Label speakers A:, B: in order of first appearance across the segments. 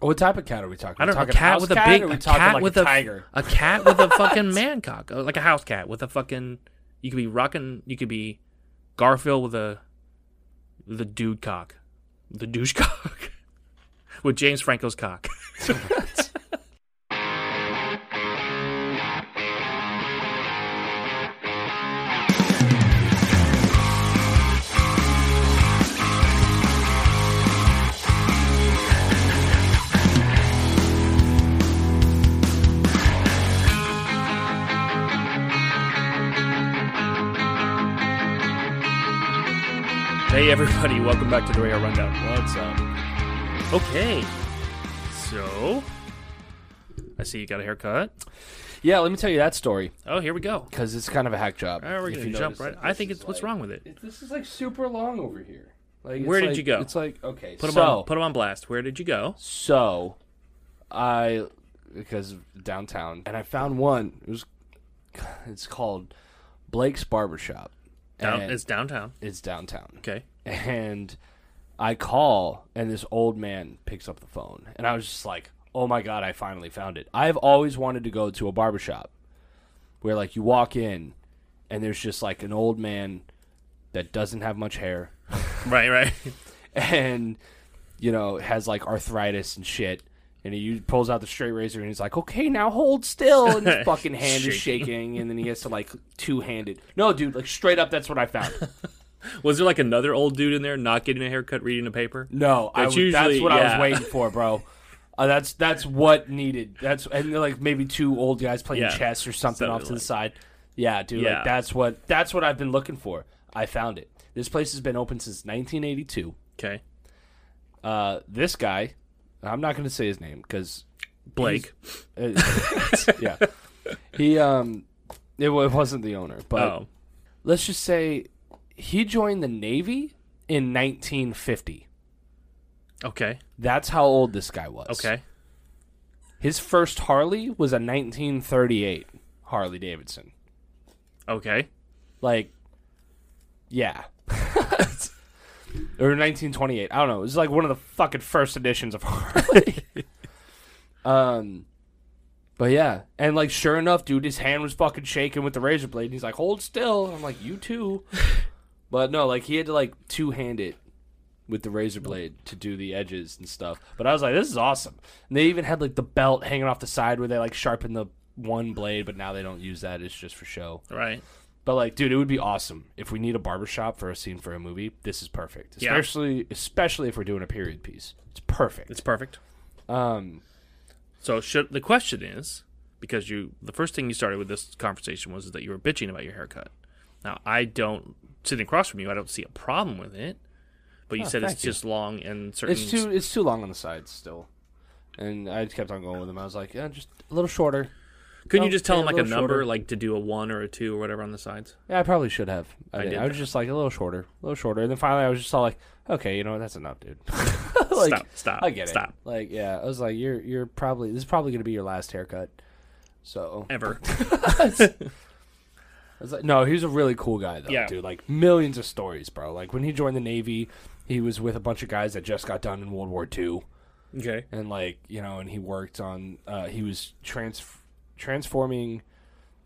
A: What type of cat are we talking?
B: I don't
A: we
B: know. A
A: talking
B: cat
A: house
B: with a
A: cat,
B: big
A: or we
B: a
A: talking
B: cat
A: like
B: with
A: a tiger.
B: a cat with a fucking man cock, uh, like a house cat with a fucking. You could be rocking. You could be Garfield with a the dude cock, the douche cock, with James Franco's cock. Hey everybody, welcome back to the Radio Rundown.
A: What's up?
B: Okay, so I see you got a haircut.
A: Yeah, let me tell you that story
B: Oh, here we go.
A: because it's kind of a hack job.
B: All right, we're
A: if
B: gonna
A: you
B: jump
A: notice
B: right.
A: that
B: I
A: this
B: think
A: is
B: it's what's
A: like-
B: wrong with it.
A: It- This is like super long over here. Like, it's
B: Where did
A: like-
B: you go?
A: It's like okay.
B: Put him
A: so,
B: on. Put him on blast. Where did you go?
A: So, I because downtown, and I found one. It was it's called Blake's Barbershop.
B: Down,
A: and
B: it's downtown.
A: it's downtown,
B: Okay.
A: and I call, and this old man picks up the phone, and I was just like, "Oh my god, I finally found it!" I've always wanted to go to a barbershop where like you walk in, and there's just like an old man that doesn't have much hair
B: Right. Right.
A: and you know has like arthritis and shit and he pulls out the straight razor and he's like okay now hold still and his fucking hand is shaking and then he has to like two-handed no dude like straight up that's what i found
B: Was there like another old dude in there not getting a haircut, reading a paper?
A: no I
B: That's
A: w- that's
B: usually-
A: what i was
B: yeah.
A: waiting for bro Uh, that's that's what needed that's and like maybe two old guys playing
B: Yeah.
A: chess or something
B: Something
A: off to the
B: like-
A: side yeah dude
B: Yeah.
A: like that's what that's what i've been looking for i found it this place has been open since 1982
B: Okay.
A: uh, this guy i'm not going to say his name because
B: Blake.
A: Uh, yeah. He um it, wa- it wasn't the owner, but
B: Oh.
A: let's just say he joined the Navy in 1950.
B: Okay.
A: That's how old this guy was.
B: Okay.
A: His first Harley was a 1938 Harley Davidson.
B: Okay.
A: Like yeah. or 1928. I don't know. It was like one of the fucking first editions of Harley. um but yeah, and like sure enough, dude, his hand was fucking shaking with the razor blade, and he's like, "Hold still." I'm like, "You too," but no, like he had to like two hand it with the razor blade to do the edges and stuff. But I was like, "This is awesome." And they even had like the belt hanging off the side where they like sharpen the one blade, but now they don't use that; it's just for show.
B: Right.
A: But like, dude, it would be awesome if we need a barbershop for a scene for a movie. This is perfect,
B: Yeah.
A: especially especially if we're doing a period piece. It's perfect.
B: It's perfect.
A: Um,
B: So should the question is because you the first thing you started with this conversation was that you were bitching about your haircut. Now I don't sitting across from you, I don't see a problem with it. But you
A: Oh,
B: said
A: thank
B: it's
A: you.
B: just long and certain.
A: It's too it's too long on the sides still. And I just kept on going with him. I was like, yeah, just a little shorter.
B: Couldn't you
A: Oh,
B: just tell
A: yeah,
B: them
A: a
B: like a
A: little
B: number,
A: shorter.
B: like to do a one or a two or whatever on the sides?
A: Yeah, I probably should have. I,
B: I
A: did.
B: did
A: I was
B: that.
A: just like a little shorter, a little shorter. And then finally, I was just all like, okay, you know what? That's enough, dude. like,
B: stop, stop,
A: I get
B: stop.
A: it. Like, yeah, I was like, you're you're probably this is probably gonna be your last haircut. So
B: Ever.
A: I was like, no, he was a really cool guy though,
B: Yeah.
A: dude. Like millions of stories, bro. Like when he joined the Navy, he was with a bunch of guys that just got done in World War II.
B: okay.
A: and like you know and he worked on uh, he was trans transforming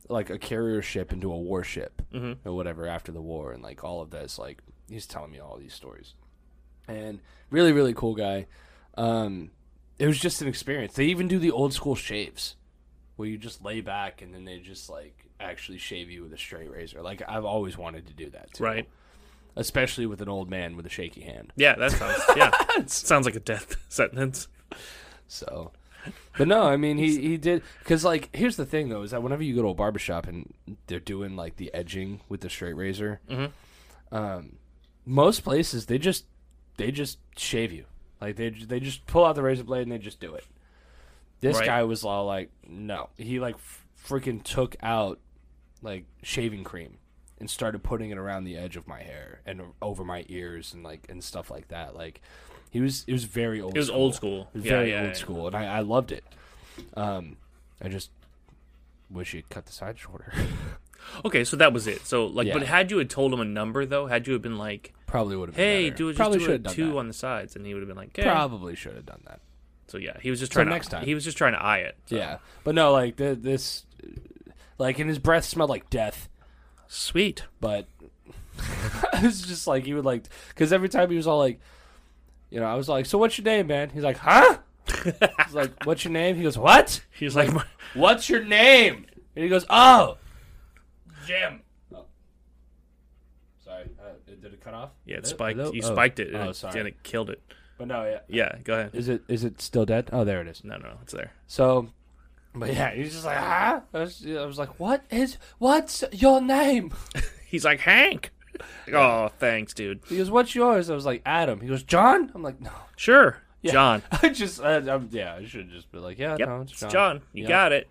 A: like a carrier ship into a warship or whatever after the war and like all of this like he's telling me all these stories and really really cool guy um it was just an experience they even do the old school shaves where you just lay back and then they just like actually shave you with a straight razor like i've always wanted to do that too
B: Right.
A: especially with an old man with a shaky hand
B: Yeah, that sounds yeah. sounds like a death sentence.
A: So, but no, I mean, he he did because like here's the thing though is that whenever you go to a barbershop and they're doing like the edging with the straight razor,
B: Mm-hmm.
A: um, most places they just they just shave you like they they just pull out the razor blade and they just do it. This
B: Right.
A: guy was all like, no, he like f- freaking took out like shaving cream and started putting it around the edge of my hair and over my ears and like and stuff like that. Like he was it was very old.
B: It was old school.
A: It was
B: Yeah,
A: very
B: yeah,
A: old
B: yeah.
A: school, and I, I loved it. Um, I just wish you'd cut the side shorter.
B: Okay, so that was it. So like,
A: Yeah.
B: but had you had told him a number though, had you have been like,
A: Probably would have.
B: "Hey,
A: been better.
B: do it, just
A: Probably
B: do
A: should
B: a
A: have done
B: two
A: that.
B: on the sides," and he would have been like, okay.
A: Probably should have done that.
B: So yeah, he was just trying to
A: next time.
B: He was just trying to eye it. So,
A: Yeah, but no, like th- this, like, and his breath smelled like death.
B: Sweet.
A: But it was just like he would like because every time he was all like, you know, I was like, so what's your name, man? He's like, huh? He's like, what's your name? He goes, what?
B: He's like,
A: What's your name? And he goes, oh, Jim. Oh. Sorry, uh, did it cut off?
B: yeah, it
A: Hello?
B: spiked.
A: Hello?
B: You
A: Oh.
B: spiked it. And,
A: Oh,
B: it
A: sorry.
B: and it killed it.
A: But no, yeah.
B: Yeah, go ahead.
A: Is it is it still dead? Oh, there it is.
B: No, no, no, it's there.
A: So, but yeah, he's just like, ah. I was, I was like, what is, what's your name?
B: He's like Hank. Like, oh, thanks, dude.
A: He goes, what's yours? I was like, Adam. He goes, John? I'm like, no.
B: Sure, John.
A: I just, I, I'm, yeah, I should just be like, yeah,
B: Yep,
A: no, it's
B: it's
A: John.
B: John. You
A: Yeah.
B: got it.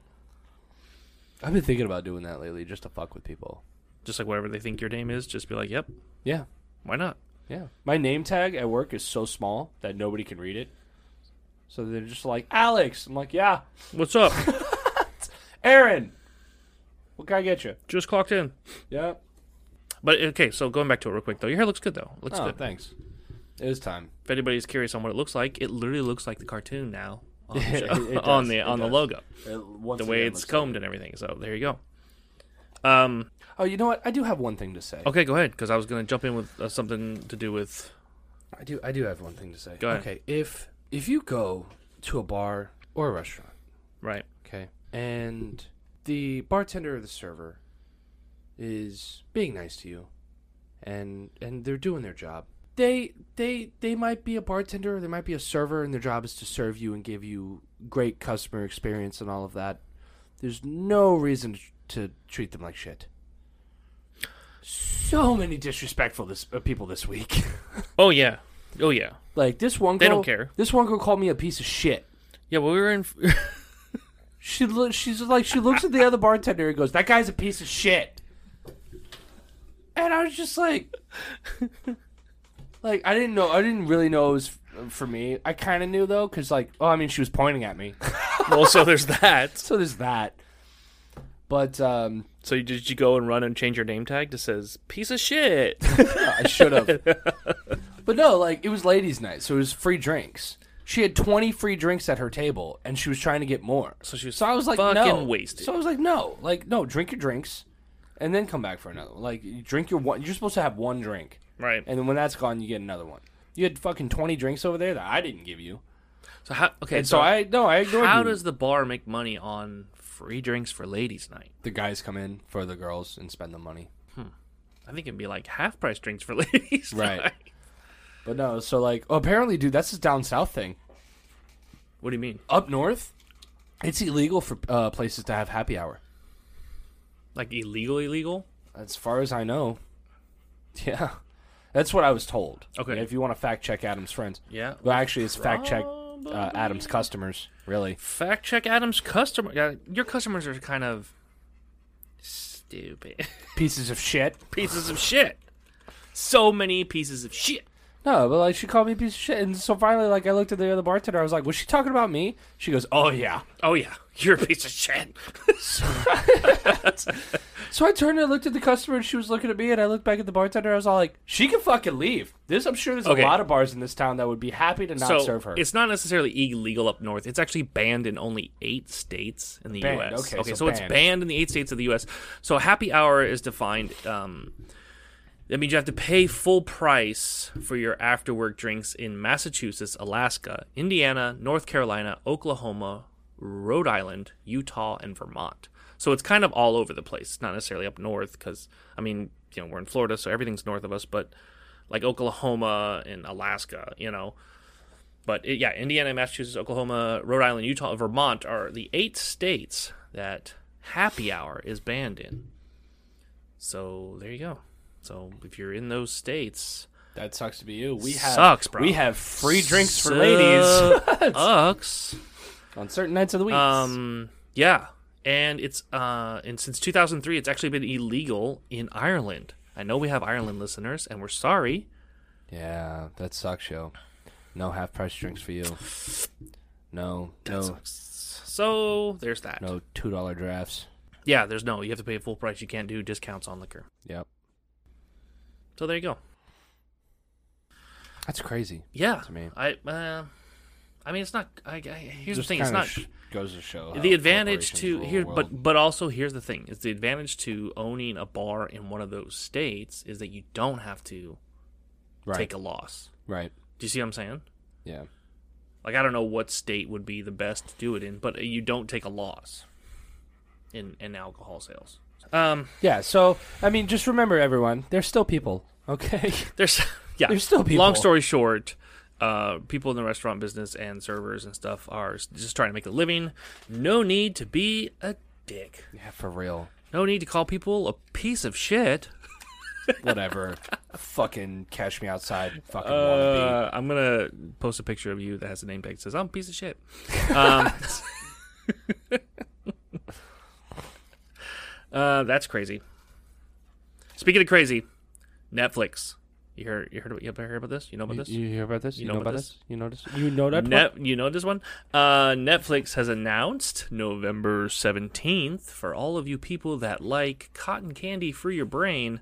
A: I've been thinking about doing that lately just to fuck with people.
B: Just like whatever they think your name is, just be like, yep.
A: Yeah,
B: Why not?
A: yeah. My name tag at work is so small that nobody can read it. So they're just like, Alex. I'm like, yeah.
B: What's up?
A: Aaron. What can I get you?
B: just clocked in.
A: Yeah.
B: But okay, so going back to it real quick though, your hair looks good though. Looks
A: Oh,
B: good.
A: thanks. It is time.
B: If anybody's curious on what it looks like, it literally looks like the cartoon now on,
A: It-
B: the, show-
A: it does,
B: on the
A: it
B: on the
A: does.
B: logo,
A: It- once
B: the way
A: again,
B: it's
A: looks-
B: combed and everything. So there you go. Um.
A: Oh, you know what? I do have one thing to say.
B: Okay, go ahead because I was gonna jump in with uh, something to do with.
A: I do. I do have one thing to say.
B: Go ahead.
A: Okay, if if you go to a bar or a restaurant,
B: Right.
A: okay, and the bartender or the server is being nice to you, and and they're doing their job. They they they might be a bartender or they might be a server, and their job is to serve you and give you great customer experience and all of that. There's no reason to, to treat them like shit. So many disrespectful this, uh, people this week.
B: Oh yeah. Oh yeah.
A: Like this one,
B: They
A: girl,
B: don't care.
A: This one girl called me a piece of shit.
B: Yeah. Well, we were in.
A: She lo- she's like she looks at the other bartender and goes, "That guy's a piece of shit." And I was just like, like I didn't know, I didn't really know it was f- for me. I kind of knew though, because like, oh, I mean, she was pointing at me,
B: well, so there's that.
A: so there's that. But um,
B: So you- did you go and run and change your name tag to says piece of shit?
A: I should have. but no, like it was ladies' night, so it was free drinks. She had twenty free drinks at her table, and she was trying to get more.
B: So she was
A: So I was like,
B: fucking
A: no.
B: wasted.
A: So I was like, no, like no, drink your drinks, and then come back for another. one. Like you drink your one. You're supposed to have one drink,
B: right.
A: and then when that's gone, you get another one. You had fucking twenty drinks over there that I didn't give you,
B: So how? Okay.
A: and so, I no, I ignored
B: How
A: you.
B: does the bar make money on free drinks for ladies' night?
A: the guys come in for the girls and spend the money?
B: I think it'd be like half price drinks for ladies.
A: Right.
B: night.
A: But no, so like oh, apparently, dude, that's this down south thing.
B: What do you mean?
A: Up north, it's illegal for uh, places to have happy hour.
B: Like illegal, illegal?
A: As far as I know, yeah, that's what I was told.
B: Okay.
A: if you want to fact check Adam's friends,
B: Yeah.
A: Well, actually, it's fact check uh,
B: Probably.
A: Adam's customers. Really,
B: Fact check Adam's customer. Yeah, your customers are kind of stupid
A: pieces of shit.
B: pieces of shit. So many pieces of shit.
A: No, but like she called me a piece of shit, and so finally, like I looked at the other bartender. I was like, "Was she talking about me?" She goes, "Oh yeah."
B: Oh yeah, you're a piece of shit.
A: So I turned and looked at the customer, and she was looking at me, and I looked back at the bartender. I was all like, "She can fucking leave." This, I'm sure, there's
B: Okay.
A: a lot of bars in this town that would be happy to not
B: so
A: serve her.
B: it's not necessarily illegal up north. It's actually banned in only eight states in the
A: Banned,
B: U.S.
A: okay, so
B: so, it's
A: banned.
B: banned in the eight states of the U.S. So happy hour is defined. Um, that means you have to pay full price for your after work drinks in Massachusetts, Alaska, Indiana, North Carolina, Oklahoma, Rhode Island, Utah, and Vermont. So it's kind of all over the place. It's not necessarily up north because, I mean, you know, we're in Florida, so everything's north of us, but like Oklahoma and Alaska, you know. But it, yeah, Indiana, Massachusetts, Oklahoma, Rhode Island, Utah, and Vermont are the eight states that happy hour is banned in. So there you go. So if you're in those states,
A: that sucks to be you. We have
B: Sucks, bro.
A: we have free drinks for ladies
B: Sucks.
A: on certain nights of the week.
B: Um, yeah, and it's uh, and since 2003, it's actually been illegal in Ireland. I know we have Ireland listeners, and we're sorry.
A: Yeah, that sucks, yo. No half price drinks for you. No, no,
B: So there's that.
A: no two dollar drafts.
B: Yeah, there's no. You have to pay full price. You can't do discounts on liquor.
A: Yep,
B: So there you go.
A: that's crazy.
B: Yeah,
A: To me.
B: I uh, I mean, it's not. I, I, here's
A: Just
B: the thing: it's
A: kinda
B: not
A: sh- goes to show how
B: the advantage
A: corporations
B: to
A: rule the
B: here,
A: world.
B: but but also here's the thing: is the advantage to owning a bar in one of those states is that you don't have to
A: right,
B: take a loss.
A: right,
B: Do you see what I'm saying?
A: yeah,
B: Like I don't know what state would be the best to do it in, but you don't take a loss in in alcohol sales. Um,
A: yeah. So I mean, just remember, everyone, there's still people. Okay,
B: there's yeah,
A: there's still people.
B: Long story short, uh, people in the restaurant business and servers and stuff are s- just trying to make a living. No need to be a dick.
A: Yeah, for real.
B: No need to call people a piece of shit.
A: Whatever. Fucking catch me outside. Fucking wannabe.
B: Uh, I'm gonna post a picture of you that has a name tag that says "I'm a piece of shit." Um, uh, that's crazy. Speaking of crazy, Netflix. You heard? You heard? You ever hear about this? You know about this?
A: You, you hear about this? You,
B: know
A: know
B: about
A: about this? You know this? You know that?
B: Net, you know this one? Uh, Netflix has announced November 17th for all of you people that like cotton candy for your brain.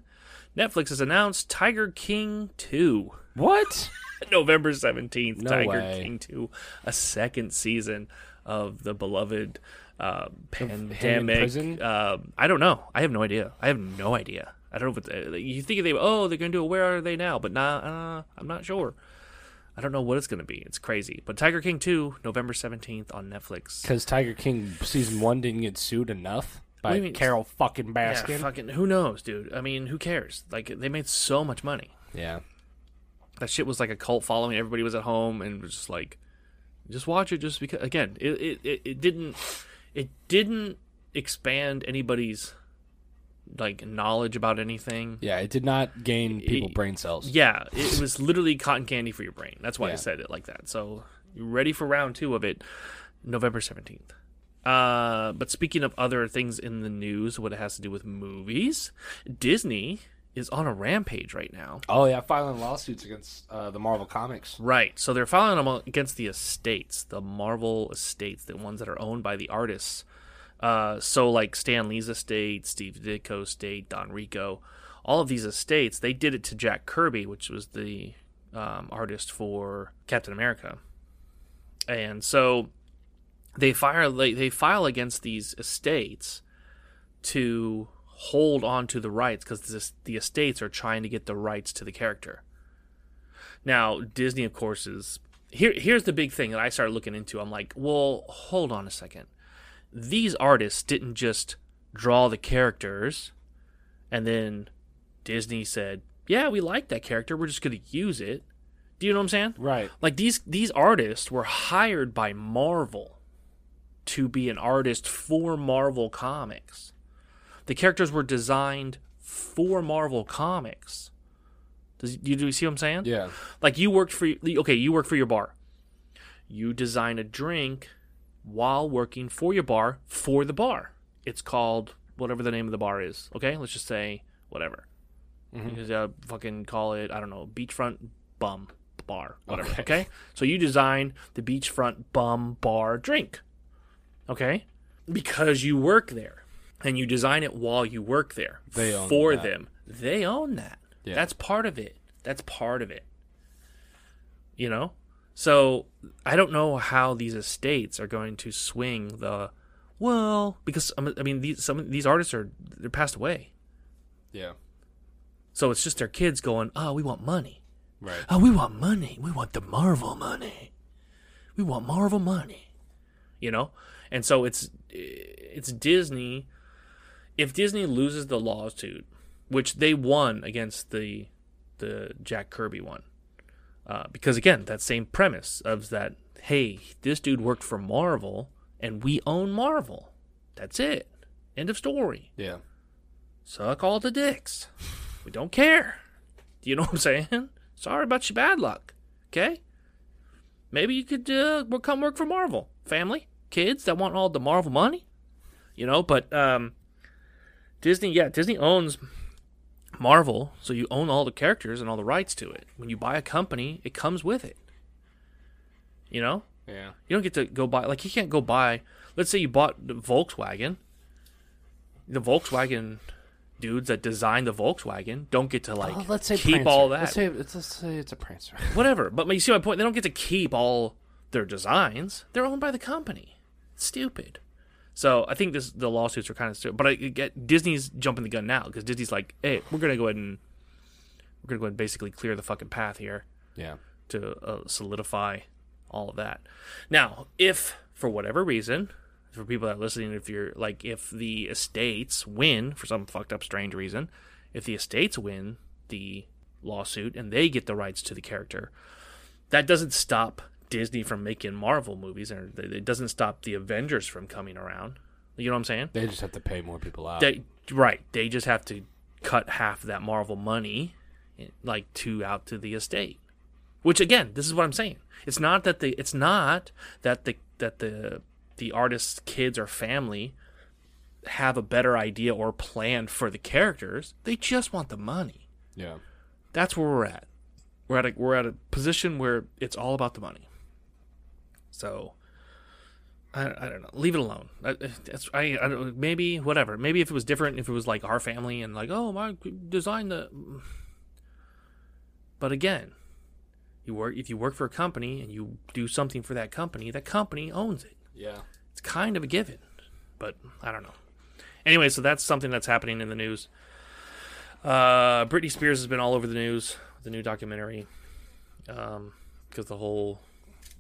B: Netflix has announced Tiger King 2.
A: What?
B: November 17th,
A: No
B: Tiger
A: way.
B: King 2, a second season of the beloved uh, pandemic.
A: prison?
B: Uh, I don't know. I have no idea. I have no idea. I don't know if it's, uh, you think they oh they're gonna do a where are they now, but nah, uh, I'm not sure. I don't know what it's gonna be. It's crazy. But Tiger King 2, November 17th on Netflix.
A: Because Tiger King season one didn't get sued enough by
B: What do you mean?
A: Carol fucking
B: Yeah,
A: Baskin. Yeah,
B: fucking who knows, dude. I mean, who cares? Like they made so much money. that shit was like a cult following. Everybody was at home and was just like, just watch it. Just because again, it it, it, it didn't it didn't expand anybody's like knowledge about anything.
A: Yeah, It did not gain people
B: It-
A: brain cells.
B: Yeah, it was literally cotton candy for your brain. That's why I
A: Yeah.
B: said it like that. So you ready for round two of it, November seventeenth. Uh, but speaking of other things in the news, what it has to do with movies, Disney is on a rampage right now.
A: Oh yeah, filing lawsuits against uh, the Marvel comics.
B: Right. So they're filing them against the estates, the Marvel estates, the ones that are owned by the artists. Uh, so like Stan Lee's estate, Steve Ditko's estate, Don Rico, all of these estates, they did it to Jack Kirby, which was the um, artist for Captain America. And so they fire they, they file against these estates to hold on to the rights because the estates are trying to get the rights to the character. Now, Disney, of course, is here. Here's the big thing that I started looking into. I'm like, well, hold on a second. These artists didn't just draw the characters, and then Disney said, "Yeah, we like that character. We're just going to use it." Do you know what I'm saying?
A: Right.
B: Like these these artists were hired by Marvel to be an artist for Marvel Comics. The characters were designed for Marvel Comics. Does you do you see what I'm saying?
A: Yeah.
B: Like you worked for okay, you work for your bar. You design a drink while working for your bar for the bar. It's called whatever the name of the bar is. Okay, let's just say whatever. You just, uh, fucking call it I don't know beachfront bum bar whatever. Okay.
A: Okay.
B: so you design the beachfront bum bar drink. Okay, because you work there and you design it while you work there
A: They own
B: for
A: that.
B: them. They own that.
A: Yeah.
B: That's part of it. That's part of it you know so i don't know how these estates are going to swing the well because um, i mean these some these artists are they're passed away
A: Yeah.
B: so it's just their kids going oh we want money
A: Right.
B: oh we want money we want the marvel money we want marvel money you know and so it's it's disney if disney loses the lawsuit which they won against the the jack kirby one uh, because again that same premise of that hey this dude worked for marvel and we own marvel that's it end of story
A: Yeah.
B: suck all the dicks. We don't care. Do you know what I'm saying? Sorry about your bad luck. Okay? Maybe you could uh, work- come work for Marvel. Family, kids that want all the Marvel money. You know, but um, Disney, yeah, Disney owns Marvel, so you own all the characters and all the rights to it. When you buy a company, it comes with it. You know?
A: Yeah.
B: You don't get to go buy like you can't go buy. Let's say you bought the Volkswagen. The Volkswagen dudes that designed the Volkswagen don't get to like
A: Oh, let's say
B: keep
A: Prancer.
B: all that
A: Let's say, let's, let's say it's a prancer.
B: whatever. But you see my point. They don't get to keep all their designs. They're owned by the company. Stupid. So I think this the lawsuits are kind of stupid. But I I get Disney's jumping the gun now because Disney's like, hey, we're gonna go ahead and we're gonna go ahead and basically clear the fucking path here
A: Yeah.
B: to uh, solidify all of that. Now, if for whatever reason, for people that are listening, if you're like, if the estates win for some fucked up strange reason, if the estates win the lawsuit and they get the rights to the character, that doesn't stop Disney from making Marvel movies, or it doesn't stop the Avengers from coming around. You know what I'm saying?
A: They just have to pay more people out.
B: they right they just have to cut half of that marvel money like two out to the estate which again this is what i'm saying it's not that the it's not that the that the the artist's kids or family have a better idea or plan for the characters they just want the money
A: yeah.
B: that's where we're at we're at a we're at a position where it's all about the money so I, I don't know. Leave it alone. I, it's, I, I don't, maybe whatever. Maybe if it was different, if it was like our family and like, oh, my design the. But again, you work if you work for a company and you do something for that company, that company owns it.
A: Yeah.
B: It's kind of a given, but I don't know. Anyway, so that's something that's happening in the news. Uh, Britney Spears has been all over the news with the new documentary, um, because the whole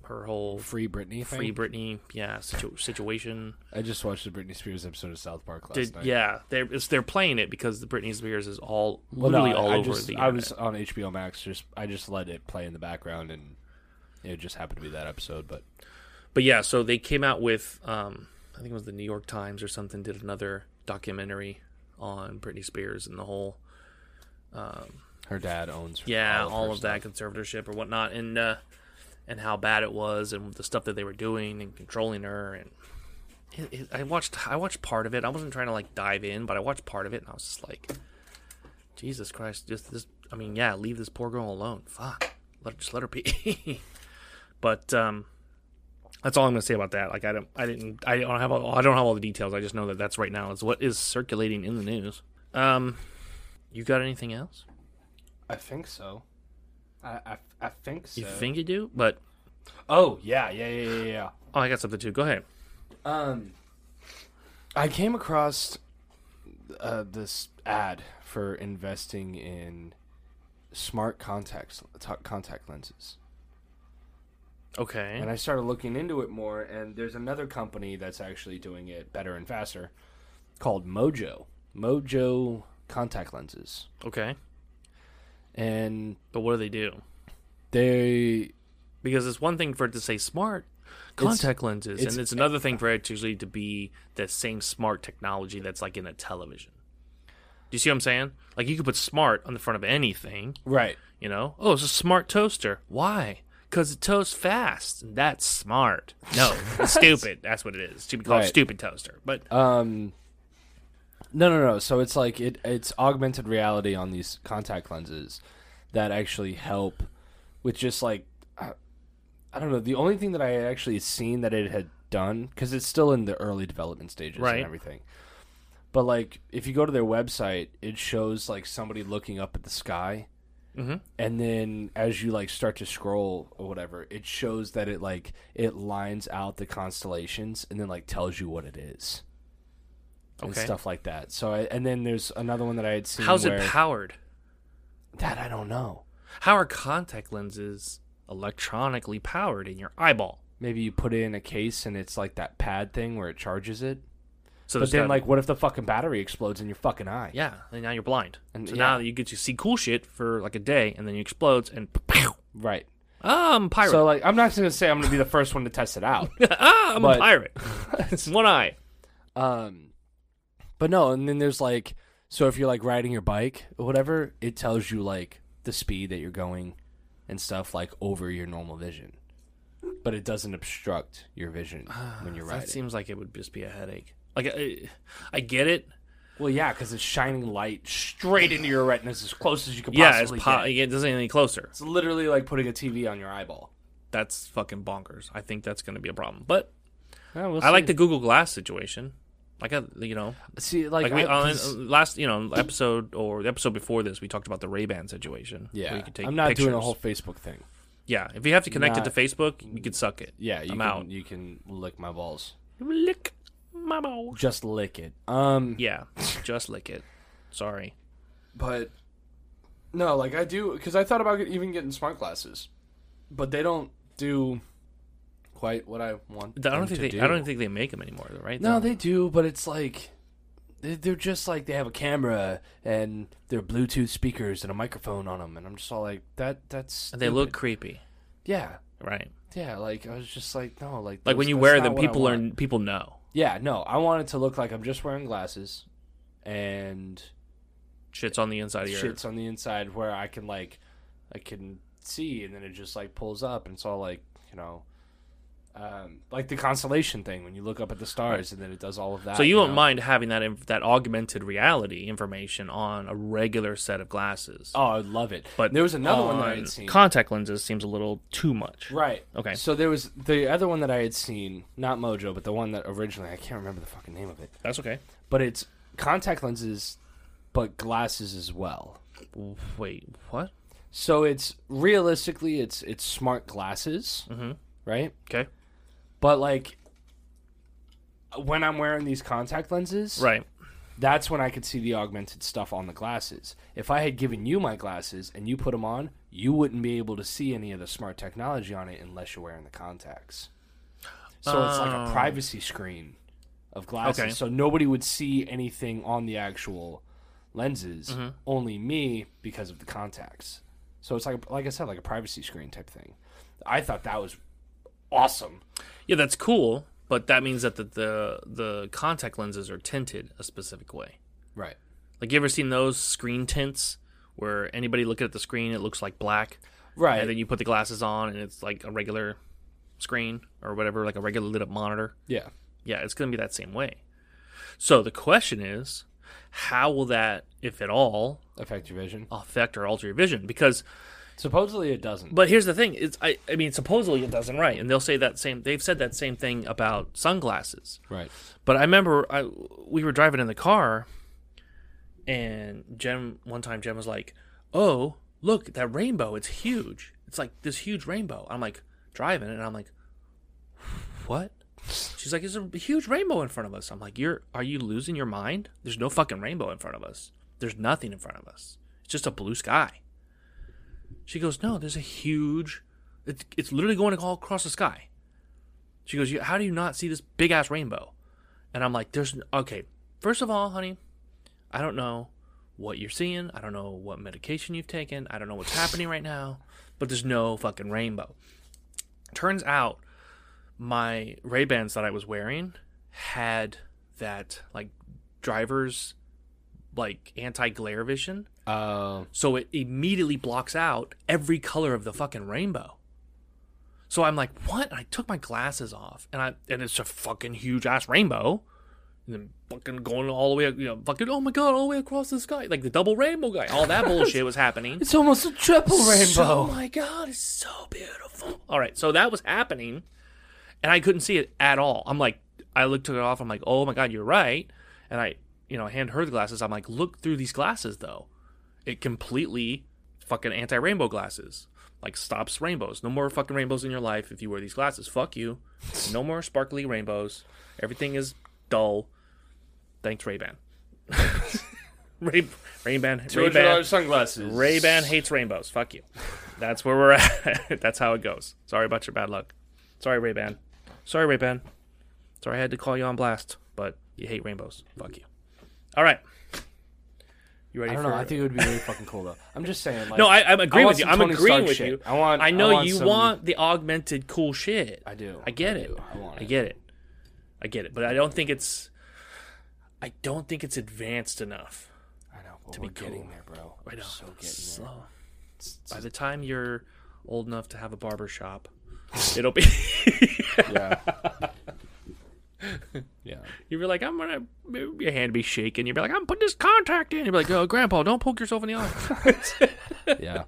B: her whole
A: Free Britney. Free.
B: free Britney, yeah, situ- situation.
A: I just watched the Britney Spears episode of South Park last
B: Did,
A: night.
B: yeah, they're it's, they're playing it because the Britney Spears is all
A: Well, no,
B: literally
A: I-
B: all
A: I
B: over
A: just-
B: the.
A: I was
B: internet.
A: on HBO Max. Just I just let it play in the background, and it just happened to be that episode. But
B: but yeah, so they came out with um, I think it was the New York Times or something did another documentary on Britney Spears and the whole
A: her dad owns.
B: yeah all
A: all
B: of,
A: her
B: that
A: stuff.
B: conservatorship or whatnot and uh, and how bad it was and the stuff that they were doing and controlling her and it, it, I watched I watched part of it I wasn't trying to like dive in but I watched part of it and I was just like Jesus Christ just this I mean yeah leave this poor girl alone fuck let her, just let her be but um that's all I'm gonna say about that like I don't I didn't I don't have all, I don't have all the details I just know that that's right now is what is circulating in the news um you got anything else
A: I think so. I I, I think so.
B: you think you do but
A: Oh yeah, yeah, yeah, yeah, yeah.
B: Oh, I got something too. Go ahead.
A: Um, I came across uh, this ad for investing in smart contacts, t- contact lenses,
B: Okay.
A: and I started looking into it more. And there's another company that's actually doing it better and faster, called Mojo. Mojo contact lenses,
B: Okay.
A: and
B: But what do they do?
A: they
B: Because it's one thing for it to say smart contact lenses,
A: it's-
B: and it's another thing for it usually to be the same smart technology that's like in a television. Do you see what I'm saying? Like you could put smart on the front of anything,
A: right.
B: you know? Oh, it's a smart toaster. Why? Because it toasts fast. That's smart. No, it's stupid. That's what it is. It should be called
A: Right.
B: stupid toaster. But
A: Um, no, no, no. So it's like it, it's augmented reality on these contact lenses that actually help with just like I, I don't know. The only thing that I had actually seen that it had done because it's still in the early development stages
B: Right.
A: and everything. But like, if you go to their website, it shows like somebody looking up at the sky,
B: Mhm.
A: and then as you like start to scroll or whatever, it shows that it like it lines out the constellations and then like tells you what it is and
B: Okay.
A: stuff like that. So, I, and then there's another one that I had seen.
B: how's
A: where-
B: it powered?
A: that I don't know.
B: How are contact lenses electronically powered in your eyeball?
A: Maybe you put it in a case and it's like that pad thing where it charges it. But
B: So there's
A: then,
B: gotta-
A: like, what if the fucking battery explodes in your fucking eye?
B: yeah, and now you're blind.
A: And-
B: so
A: yeah.
B: now you get to see cool shit for like a day, and then it explodes, and pow,
A: Right.
B: ah, I'm a pirate.
A: So, like, I'm not going to say I'm going to be the first one to test it out.
B: ah, I'm
A: but-
B: a pirate. It's one eye.
A: um, but no, and then there's like, so if you're like riding your bike or whatever, it tells you like the speed that you're going and stuff like over your normal vision. But it doesn't obstruct your vision when you're
B: That
A: riding.
B: seems like it would just be a headache. Like I, I get it.
A: Well, yeah, because it's shining light straight into your retinas as close as you can
B: Yeah, it's
A: possibly
B: po-
A: get.
B: it doesn't get any closer.
A: It's literally like putting a TV on your eyeball.
B: That's fucking bonkers. I think that's going to be a problem. But
A: Oh, we'll
B: I like the Google Glass situation. Like I, you know,
A: see, like,
B: like we
A: I,
B: on uh,
A: 'cause-
B: last you know episode or the episode before this we talked about the ray ban situation where
A: yeah.
B: you could take
A: I'm not doing a
B: pictures.
A: whole Facebook thing.
B: Yeah, if you have to connect
A: Not-
B: it to Facebook, you could suck it.
A: Yeah, you
B: I'm
A: can,
B: out.
A: You can lick my balls.
B: Lick my mouth.
A: Just lick it. Um,
B: Yeah, just lick it. Sorry.
A: but no, like I do because I thought about even getting smart glasses, but they don't do quite what I want.
B: I don't
A: them
B: think
A: to
B: they.
A: do.
B: I don't think they make them anymore, though, right?
A: No,
B: Though.
A: they do, but it's like they- they're just like they have a camera and they're Bluetooth speakers and a microphone on them, and I'm just all like that. That's
B: And they look
A: stupid.
B: creepy,
A: yeah,
B: right?
A: yeah. Like I was just like no, like
B: Like when
A: that's-
B: you
A: that's
B: wear
A: not
B: them,
A: what I
B: people
A: want.
B: are people know.
A: Yeah, no, I want it to look like I'm just wearing glasses and
B: Shit's on the inside of your.
A: shit's on the inside where I can like I can see and then it just like pulls up and it's all like, you know, um, like the constellation thing when you look up at the stars and then it does all of that.
B: So you won't
A: know?
B: mind having that inf- that augmented reality information on a regular set of glasses.
A: Oh, I love it.
B: But
A: there was another one that I
B: on
A: had seen.
B: Contact lenses seems a little too much.
A: right.
B: Okay.
A: So there was the other one that I had seen, not Mojo, but the one that originally I can't remember the fucking name of it.
B: That's okay.
A: But it's contact lenses but glasses as well.
B: W- Wait, what?
A: So it's realistically it's it's smart glasses,
B: Mm-hmm.
A: right?
B: Okay.
A: But like when I'm wearing these contact lenses,
B: Right.
A: that's when I could see the augmented stuff on the glasses. If I had given you my glasses and you put them on, you wouldn't be able to see any of the smart technology on it unless you're wearing the contacts. So it's like a
B: Oh.
A: privacy screen of glasses.
B: Okay.
A: So nobody would see anything on the actual lenses,
B: Mm-hmm.
A: only me because of the contacts. So it's like like I said like a privacy screen type thing. I thought that was awesome.
B: Yeah, that's cool, but that means that the the, the contact lenses are tinted a specific way.
A: Right.
B: Like you ever seen those screen tints where anybody looking at the screen it looks like black
A: Right.
B: and then you put the glasses on and it's like a regular screen or whatever like a regular lit up monitor.
A: yeah.
B: Yeah, it's going to be that same way. So the question is, how will that if at all
A: Affect your vision.
B: affect or alter your vision because
A: Supposedly it doesn't.
B: but here's the thing it's I, I mean supposedly it doesn't right and they'll say that same they've said that same thing about sunglasses
A: Right.
B: But I remember I we were driving in the car, and Jen one time Jen was like, "Oh, look that rainbow! It's huge! It's like this huge rainbow." I'm like driving, and I'm like, "What?" She's like, "There's a huge rainbow in front of us." I'm like, "You're are you losing your mind? There's no fucking rainbow in front of us. There's nothing in front of us. It's just a blue sky." She goes, "No, there's a huge. It's it's literally going all across the sky." She goes, "You- "How do you not see this big ass rainbow?" And I'm like, there's okay. First of all, honey, I don't know what you're seeing. I don't know what medication you've taken. I don't know what's happening right now, but there's no fucking rainbow. Turns out my Ray-Bans that I was wearing had that like driver's like anti-glare vision.
A: Uh,
B: So it immediately blocks out every color of the fucking rainbow. So I'm like, what? And I took my glasses off, and I and it's a fucking huge ass rainbow, and then fucking going all the way, you know, fucking oh my god, all the way across the sky, like the double rainbow guy. All that bullshit was happening.
A: it's almost a triple
B: Oh
A: rainbow.
B: my god, it's so beautiful. All right, so that was happening, and I couldn't see it at all. I'm like, I looked took it off. I'm like, oh my god, you're right. And I, you know, hand her the glasses. I'm like, look through these glasses though. It completely fucking anti rainbow glasses. Like stops rainbows. No more fucking rainbows in your life if you wear these glasses. Fuck you. No more sparkly rainbows. Everything is dull. Thanks, Ray Ban. Ray Ray Ban. Ray Ban.
A: sunglasses.
B: Ray Ban hates rainbows. Fuck you. That's where we're at. That's how it goes. Sorry about your bad luck. Sorry, Ray Ban. Sorry, Ray Ban. Sorry I had to call you on blast, but you hate rainbows. Fuck you. All right. You ready
A: I don't
B: for
A: know. I think it would be really fucking cool though. I'm just saying. Like,
B: No, I, I'm
A: I
B: agreeing
A: want
B: with you.
A: some
B: I'm
A: Tony
B: agreeing
A: Stark
B: with
A: shit.
B: you.
A: I want-
B: I know
A: I want
B: you
A: some-
B: want the augmented cool shit.
A: I do.
B: I get
A: I
B: it.
A: do. I want it.
B: get it. I get it. But I don't think it's. I don't think it's advanced enough.
A: I know. But we're getting
B: cool.
A: there, bro.
B: I
A: We're
B: know.
A: so getting there.
B: Slow.
A: It's-
B: By
A: it's-
B: the time you're old enough to have a barber shop, it'll be.
A: yeah. yeah.
B: you'll be like, I'm gonna. Your hand be shaking. You'll be like, I'm putting this contact in. You'll be like, oh, Grandpa, don't poke yourself in the eye.
A: Yeah.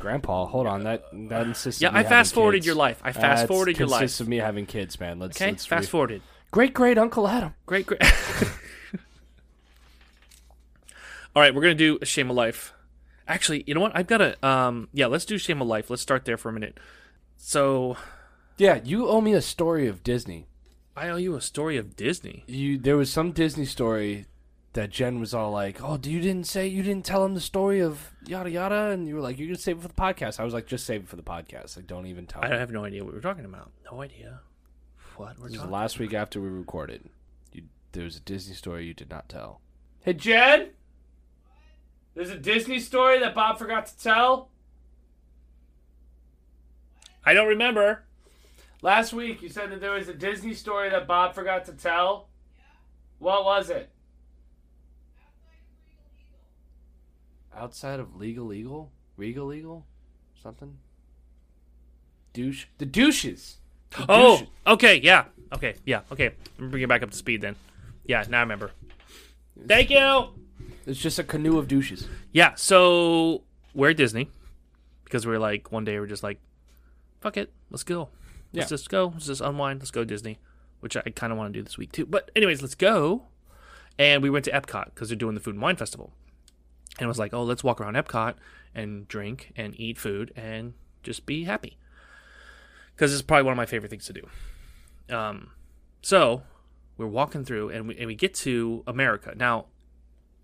A: Grandpa, hold on. That that insists.
B: yeah, I fast forwarded your life. I fast forwarded your
A: Consists
B: life.
A: of me having kids, man. Let's
B: Okay,
A: let's
B: fast forwarded.
A: Great great uncle Adam.
B: Great, great. All right, we're gonna do a shame of life Actually, you know what? I've got a um. Yeah, let's do Shame of Life. Let's start there for a minute. So
A: Yeah, you owe me a story of Disney.
B: I owe you a story of Disney.
A: You there was some Disney story that Jen was all like, "Oh, you didn't say you didn't tell him the story of yada yada," and you were like, "You can save it for the podcast." I was like, "Just save it for the podcast. Like, don't even tell."
B: I
A: him."
B: have no idea what we're talking about. No idea what we're
A: This is
B: talking.
A: the last week after we recorded. You, there was a Disney story you did not tell. Hey, Jen. There's a Disney story that Bob forgot to tell.
B: I don't remember.
A: Last week, you said that there was a Disney story that Bob forgot to tell. What was it? Outside of legal eagle, regal eagle, something. Douche. The douches. The
B: Oh,
A: douche-
B: okay, yeah, okay, yeah, okay. I'm bringing it back up to speed then. Yeah, now I remember. Thank you.
A: it's just a canoe of douches.
B: Yeah, so we're at Disney because we were like one day we we're just like, fuck it, let's go. Let's
A: Yeah.
B: just go. Let's just unwind. Let's go Disney, which I kind of want to do this week too. But anyways, let's go. And we went to Epcot because they're doing the Food and Wine Festival, and I was like, oh, let's walk around Epcot and drink and eat food and just be happy because it's probably one of my favorite things to do. Um, so we're walking through and we and we get to America now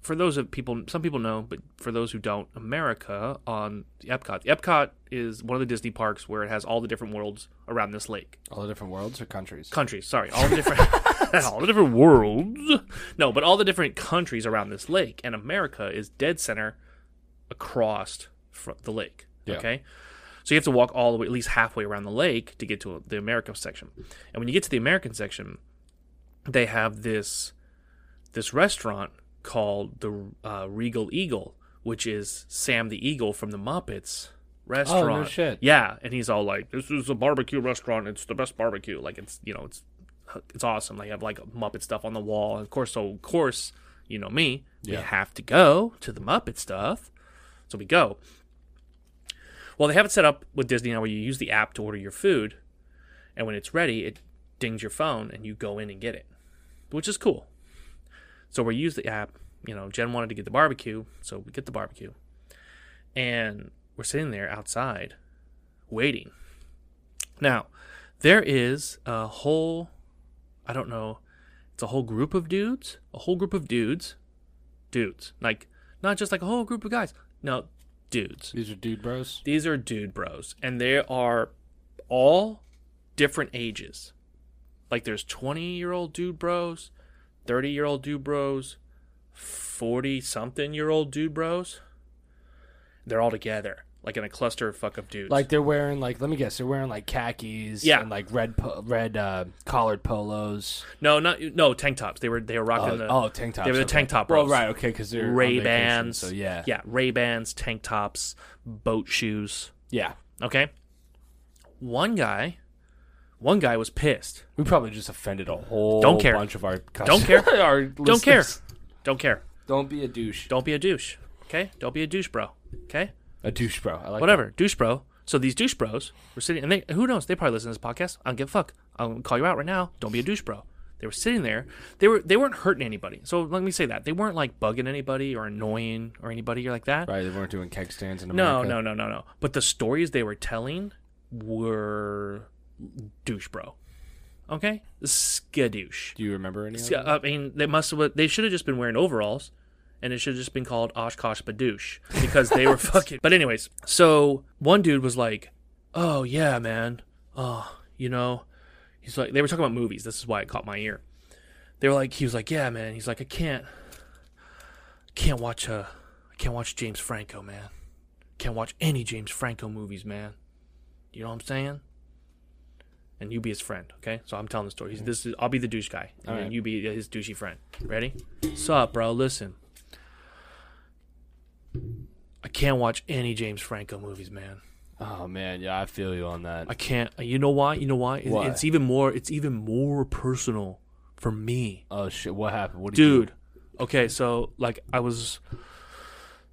B: for those of people, some people know, but for those who don't, America on Epcot. Epcot is one of the Disney parks where it has all the different worlds around this lake.
A: All the different worlds or countries.
B: Countries, sorry, all the different, all the different worlds. No, but all the different countries around this lake, and America is dead center across fr- the lake.
A: Yeah.
B: Okay, so you have to walk all the way, at least halfway around the lake, to get to the American section. And when you get to the American section, they have this this restaurant called the uh, Regal Eagle, which is Sam the Eagle from the Muppets restaurant.
A: shit.
B: Yeah, and he's all like, "This is a barbecue restaurant. It's the best barbecue. Like it's you know it's it's awesome. Like I have like Muppet stuff on the wall, and of course, so of course, you know me,
A: Yeah.
B: we have to go to the Muppet stuff. So we go. Well, they have it set up with Disney now where you use the app to order your food, and when it's ready, it dings your phone and you go in and get it, which is cool. So we use the app. You know, Jen wanted to get the barbecue, so we get the barbecue, and we're sitting there outside, waiting. Now, there is a whole, I don't know, it's a whole group of dudes, a whole group of dudes, dudes, like not just like a whole group of guys, no, dudes.
A: These are dude bros.
B: These are dude bros, and they are all different ages. Like there's 20 year old dude bros, 30 year old dude bros, 40 something year old dude bros. They're all together, like in a cluster of fuck up dudes.
A: Like they're wearing like let me guess they're wearing like khakis
B: Yeah.
A: and like red po- red uh, collared polos.
B: no, not no tank tops. They were they were rocking
A: Oh,
B: the
A: oh, tank tops.
B: they were the
A: okay.
B: tank top
A: Well,
B: bros.
A: right, okay, because they're on
B: Ray
A: vacation,
B: Bans.
A: So yeah,
B: yeah, Ray Bans, tank tops, boat shoes.
A: yeah.
B: Okay, one guy, one guy was pissed.
A: We probably just offended a whole
B: Don't care.
A: bunch of our customers.
B: Don't care.
A: our
B: Don't care.
A: listeners.
B: Don't care.
A: Don't be a douche.
B: Don't be a douche. Okay? Don't be a douche bro. Okay?
A: A douche bro. I like
B: Whatever. Douche bro. So these douche bros were sitting and they who knows, they probably listen to this podcast. I don't give a fuck. i will call you out right now. Don't be a douche bro. They were sitting there. They were they weren't hurting anybody. So let me say that. They weren't like bugging anybody or annoying or anybody like that.
A: That. Right, they weren't doing keg stands in
B: No,
A: America.
B: no, no, no, no. But the stories they were telling were douche bro. Okay? Skadoosh.
A: Do you remember any? Of
B: Yeah, I mean, they must have. They should have just been wearing overalls, and it should have just been called Oshkosh Badoosh because they were fucking. But anyways, so one dude was like, "Oh yeah, man. Oh, you know," he's like, they were talking about movies. This is why it caught my ear. They were like, he was like, "Yeah, man." He's like, "I can't, can't watch uh, I can't watch James Franco, man. Can't watch any James Franco movies, man. You know what I'm saying?" And you be his friend, okay? So I'm telling the story. He's, this is, I'll be the douche guy, and then
A: Alright.
B: you be his douchey friend. Ready? Sup, bro? Listen, I can't watch any James Franco movies, man.
A: Oh man, yeah, I feel you on that.
B: I can't. uh, You know why? You know why? It-
A: Why?
B: It's even more. It's even more personal for me,
A: oh shit, what happened? What do you
B: dude. Okay, so like I was,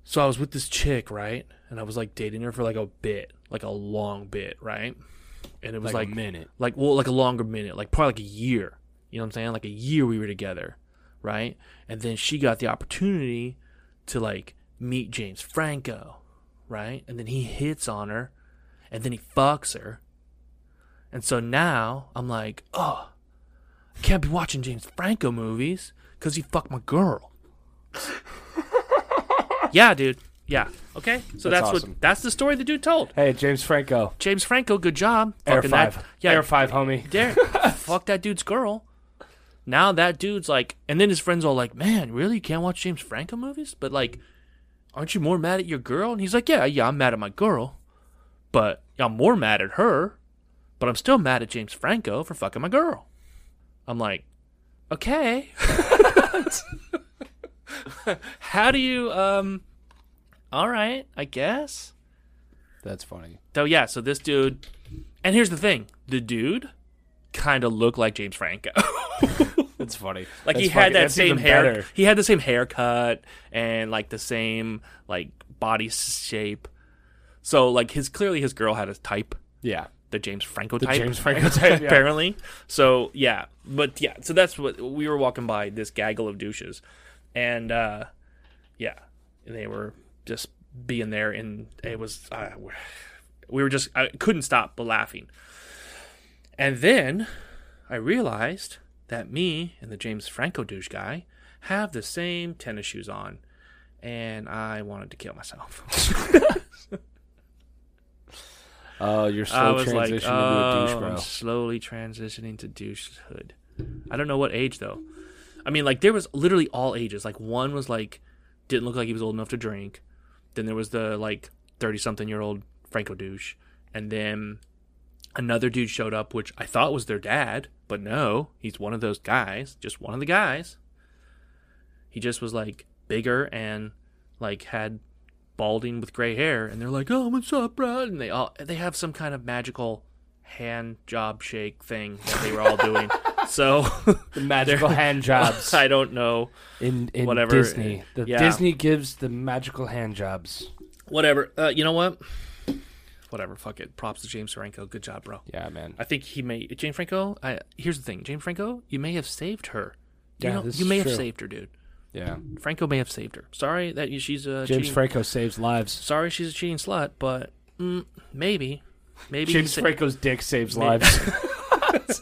B: so I was with this chick, right? And I was like dating her for like a bit, like a long bit, right? And it
A: do?
B: was
A: like,
B: like
A: a minute.
B: like well like a longer minute like probably like a year you know what i'm saying like a year we were together right and then she got the opportunity to like meet james franco right? And then he hits on her, and then he fucks her. And so now I'm like, oh, I can't be watching James Franco movies because he fucked my girl. yeah, dude. Yeah. Okay. So
A: That's
B: that's,
A: awesome.
B: what that's the story the dude told.
A: Hey, James Franco,
B: James Franco, good job.
A: Air
B: Fucking that-
A: Five.
B: Yeah,
A: Air Five, homie.
B: there, fuck that dude's girl. Now that dude's like, and then his friends all like, man, really, you can't watch James Franco movies? But like, aren't you more mad at your girl? And he's like, yeah, yeah, I'm mad at my girl, but I'm more mad at her, but I'm still mad at James Franco for fucking my girl. I'm like, okay. How do you, um, all right, I guess.
A: That's funny.
B: So yeah, so this dude, and here's the thing: the dude kind of looked like James Franco.
A: That's funny.
B: like he
A: That's
B: had
A: fucking-
B: that
A: that's
B: same
A: even
B: hair.
A: better.
B: He had the same haircut and like the same like body shape. So like his clearly his girl had a type,
A: Yeah.
B: the James Franco
A: The
B: type.
A: James Franco type, yeah.
B: apparently. So yeah, but yeah, so that's what we were walking by this gaggle of douches, and uh yeah, they were just being there, and it was uh, we were just I couldn't stop but laughing, and then I realized that me and the James Franco douche guy have the same tennis shoes on, and I wanted to kill myself.
A: Oh, you're
B: I
A: slow
B: was
A: transitioning
B: like,
A: into
B: oh,
A: a douche, bro.
B: I'm slowly transitioning to douchehood. I don't know what age though. I mean, like there was literally all ages. Like one was like didn't look like he was old enough to drink. Then there was the like thirty something year old Franco douche, and then another dude showed up, which I thought was their dad, but no, he's one of those guys, just one of the guys. He just was like bigger and like had balding with gray hair and they're like, "Oh, what's up, bro?" And they all they have some kind of magical hand job shake thing that they were all doing. so
A: The magical hand jobs
B: I don't know.
A: in, in
B: whatever,
A: Disney.
B: uh,
A: The
B: yeah.
A: Disney gives the magical hand jobs.
B: Whatever. Uh, you know what? Whatever. Fuck it. Props to James Franco. Good job, bro.
A: Yeah, man.
B: I think he may James Franco. I here's the thing, James Franco. You may have saved her. You
A: Yeah,
B: know-
A: this
B: you
A: is
B: may have
A: true.
B: saved her, dude.
A: Yeah.
B: Franco may have saved her. Sorry that you, she's a
A: James
B: cheating,
A: Franco saves lives.
B: sorry she's a cheating slut, but mm, maybe, maybe he
A: James
B: sa-
A: Franco's dick saves
B: May-
A: lives.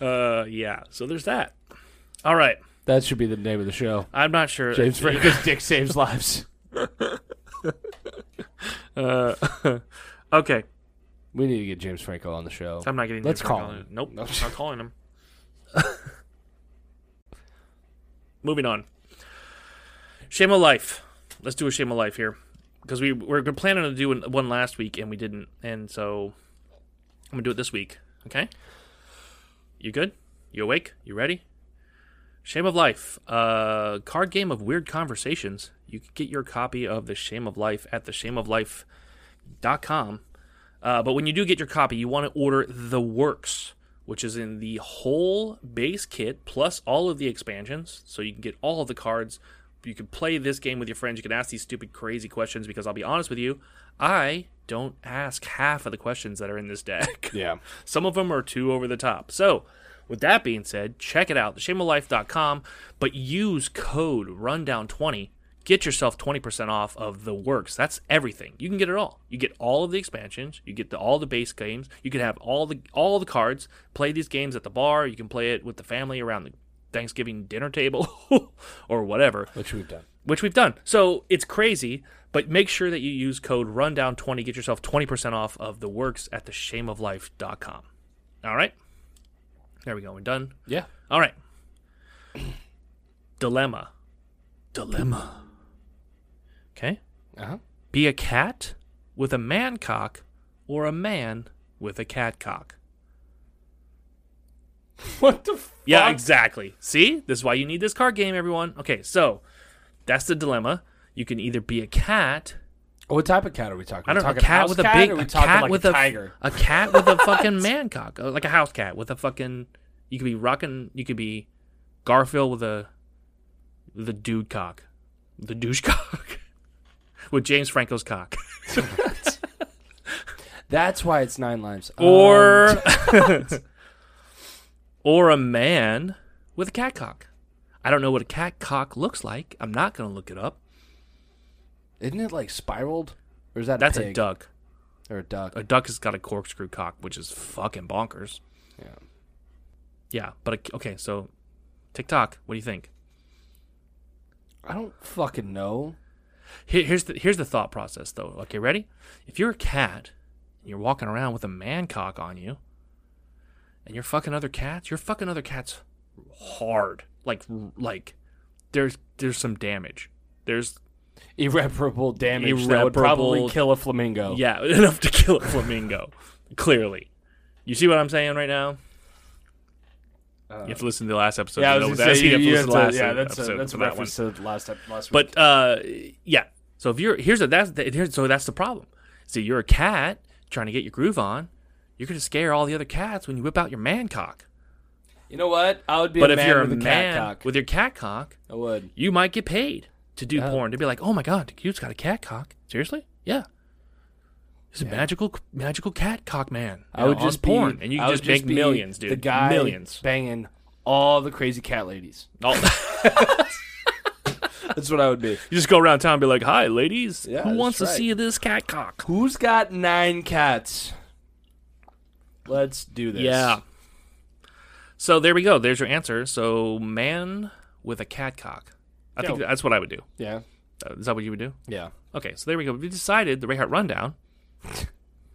B: Uh, yeah. So there's that. All right.
A: that should be the name of the show.
B: I'm not sure.
A: James Franco's dick saves lives.
B: Uh, okay.
A: We need to get James Franco on the show.
B: I'm not getting.
A: Let's
B: James
A: call
B: Franco.
A: him.
B: Nope.
A: No.
B: Not calling him. Moving on. Shame of life. Let's do a shame of life here, because we we were planning to do an- one last week and we didn't, and so I'm gonna do it this week. Okay. You good? You awake? You ready? Shame of Life, a card game of weird conversations. You can get your copy of The Shame of Life at theshameoflife.com. Uh, but when you do get your copy, you want to order The Works, which is in the whole base kit plus all of the expansions. So you can get all of the cards. You can play this game with your friends. You can ask these stupid, crazy questions because I'll be honest with you, I don't ask half of the questions that are in this deck.
A: Yeah.
B: Some of them are too over the top. So, with that being said, check it out, theshameoflife.com, but use code rundown20. Get yourself 20% off of the works. That's everything. You can get it all. You get all of the expansions, you get the, all the base games, you can have all the all the cards, play these games at the bar, you can play it with the family around the Thanksgiving dinner table or whatever
A: Which we've done.
B: which we've done. So it's crazy, but make sure that you use code rundown20 get yourself 20% off of the works at theshameoflife.com. All right? There we go. We're done.
A: Yeah.
B: All right. Dilemma. Dilemma. Okay?
A: Uh-huh.
B: Be a cat with a man cock or a man with a cat cock.
A: What the fuck?
B: Yeah, exactly. See, this is why you need this card game, everyone. Okay, so that's the dilemma. You can either be a cat
A: What type of cat are we talking?
B: I don't
A: we
B: know. A
A: talking
B: cat
A: house
B: with a
A: cat,
B: big
A: or are we
B: a
A: talking
B: cat
A: like
B: with
A: a
B: a,
A: tiger.
B: a cat with a fucking man cock, uh, like a house cat with a fucking. You could be rocking. You could be Garfield with a the dude cock, the douche cock, with James Franco's cock,
A: That's why it's nine lives. Um,
B: or or a man with a cat cock. I don't know what a cat cock looks like. I'm not gonna look it up.
A: Isn't it like spiraled? Or is that
B: That's a
A: pig?
B: duck.
A: Or a duck.
B: A duck has got a corkscrew cock, which is fucking bonkers.
A: Yeah.
B: Yeah, but a, okay, so TikTok, what do you think?
A: I don't fucking know.
B: Here, here's the here's the thought process though. Okay, ready? If you're a cat and you're walking around with a man cock on you, and you're fucking other cats, you're fucking other cats hard. Like like there's there's some damage. There's
A: Irreparable damage that would probably
B: Irreparable-
A: kill a flamingo.
B: yeah enough to kill a flamingo. clearly, you see what I'm saying right now. you have to listen to the last episode.
A: Uh, Yeah, I
B: to
A: was
B: know
A: gonna
B: that.
A: say, you,
B: have to
A: you have
B: listen
A: to,
B: to the last
A: yeah, that's
B: episode
A: a, that's a
B: for that one.
A: reference to last ep- last week.
B: But uh, yeah, so if you're here's a that's the, here's, so that's the problem. See, you're a cat trying to get your groove on. You're gonna scare all the other cats when you whip out your man cock.
A: you know what? I would be.
B: But
A: a
B: if
A: man
B: you're a
A: with a
B: man
A: cat cock.
B: with your cat cock,
A: I would.
B: you might get paid to do
A: Yeah.
B: porn. To be like, oh my god, dude's got a cat cock. Seriously? Yeah. He's a magical, magical cat cock man.
A: I
B: you
A: would
B: know,
A: just
B: on
A: be-
B: porn, and you
A: I
B: can
A: would
B: just make
A: be
B: millions, dude.
A: The guy
B: millions.
A: banging all the crazy cat ladies.
B: All-
A: That's what I would be.
B: you just go around town and be like, "Hi, ladies,
A: Yeah,
B: who
A: that's
B: wants to
A: right.
B: see this cat cock?"
A: Who's got nine cats? Let's do this.
B: Yeah. So there we go. There's your answer. So man with a cat cock. I think
A: Yeah.
B: that's what I would do.
A: Yeah.
B: Uh, Is that what you would do?
A: Yeah.
B: Okay, so there we go. We decided the Ray Hart rundown.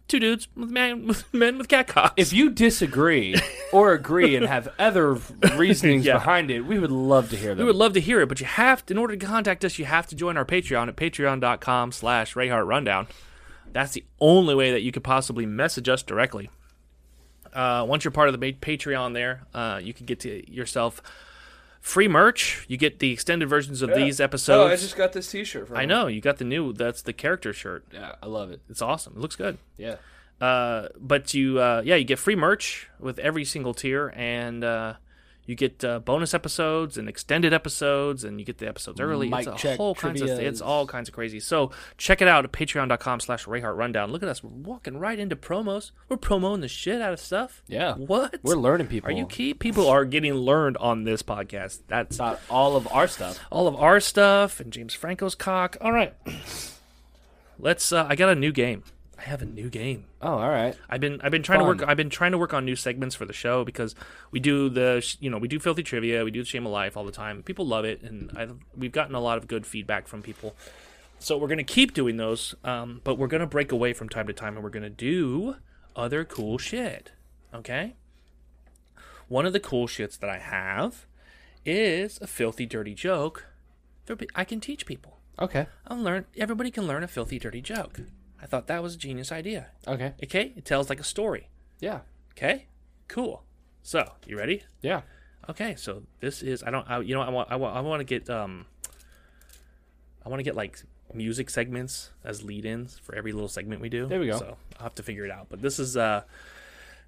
B: Two dudes with man with men with cat cocks.
A: If you disagree or agree and have other reasonings
B: Yeah.
A: behind it, we would love to hear them.
B: we would love to hear it, but you have to in order to contact us, you have to join our Patreon at patreon.com slash Ray Hart Rundown. That's the only way that you could possibly message us directly. Uh, once you're part of the ma- Patreon there, uh, you can get to yourself free merch. You get the extended versions of these episodes.
A: Oh, got this T-shirt. From
B: I know you got the new. That's the character shirt.
A: Yeah, I love it.
B: It's awesome. It looks good.
A: Yeah.
B: Uh, but you, uh, yeah, you get free merch with every single tier, and uh, you get uh, bonus episodes and extended episodes, and you get the episodes early.
A: Mic
B: it's a
A: check
B: whole kinds of
A: trivias.
B: it's all kinds of crazy. So check it out at Patreon.com/slash Rayhart Rundown. Look at us. We're walking right into promos. We're promoting the shit out of stuff.
A: Yeah.
B: What?
A: We're learning people.
B: Are you key? People are getting learned on this podcast. That's
A: about all of our stuff?
B: all of our stuff and James Franco's cock. All right. Let's uh, I got a new game. I have a new game.
A: Oh, all right.
B: I've been I've been trying
A: Fun.
B: to work I've been trying to work on new segments for the show because we do the sh- you know, we do filthy trivia, we do the shame of life all the time. People love it and I we've gotten a lot of good feedback from people. So we're going to keep doing those, um, but we're going to break away from time to time and we're going to do other cool shit. Okay? One of the cool shits that I have is a filthy dirty joke. for pe- I can teach people.
A: Okay.
B: I'll learn everybody can learn a filthy dirty joke. I thought that was a genius idea.
A: Okay.
B: Okay? It tells like a story.
A: Yeah.
B: Okay? Cool. So, you ready?
A: Yeah.
B: Okay, so this is I don't I, you know I want I want, I want to get um I want to get like music segments as lead-ins for every little segment we do.
A: There we go.
B: So, I'll have to figure it out. But this is uh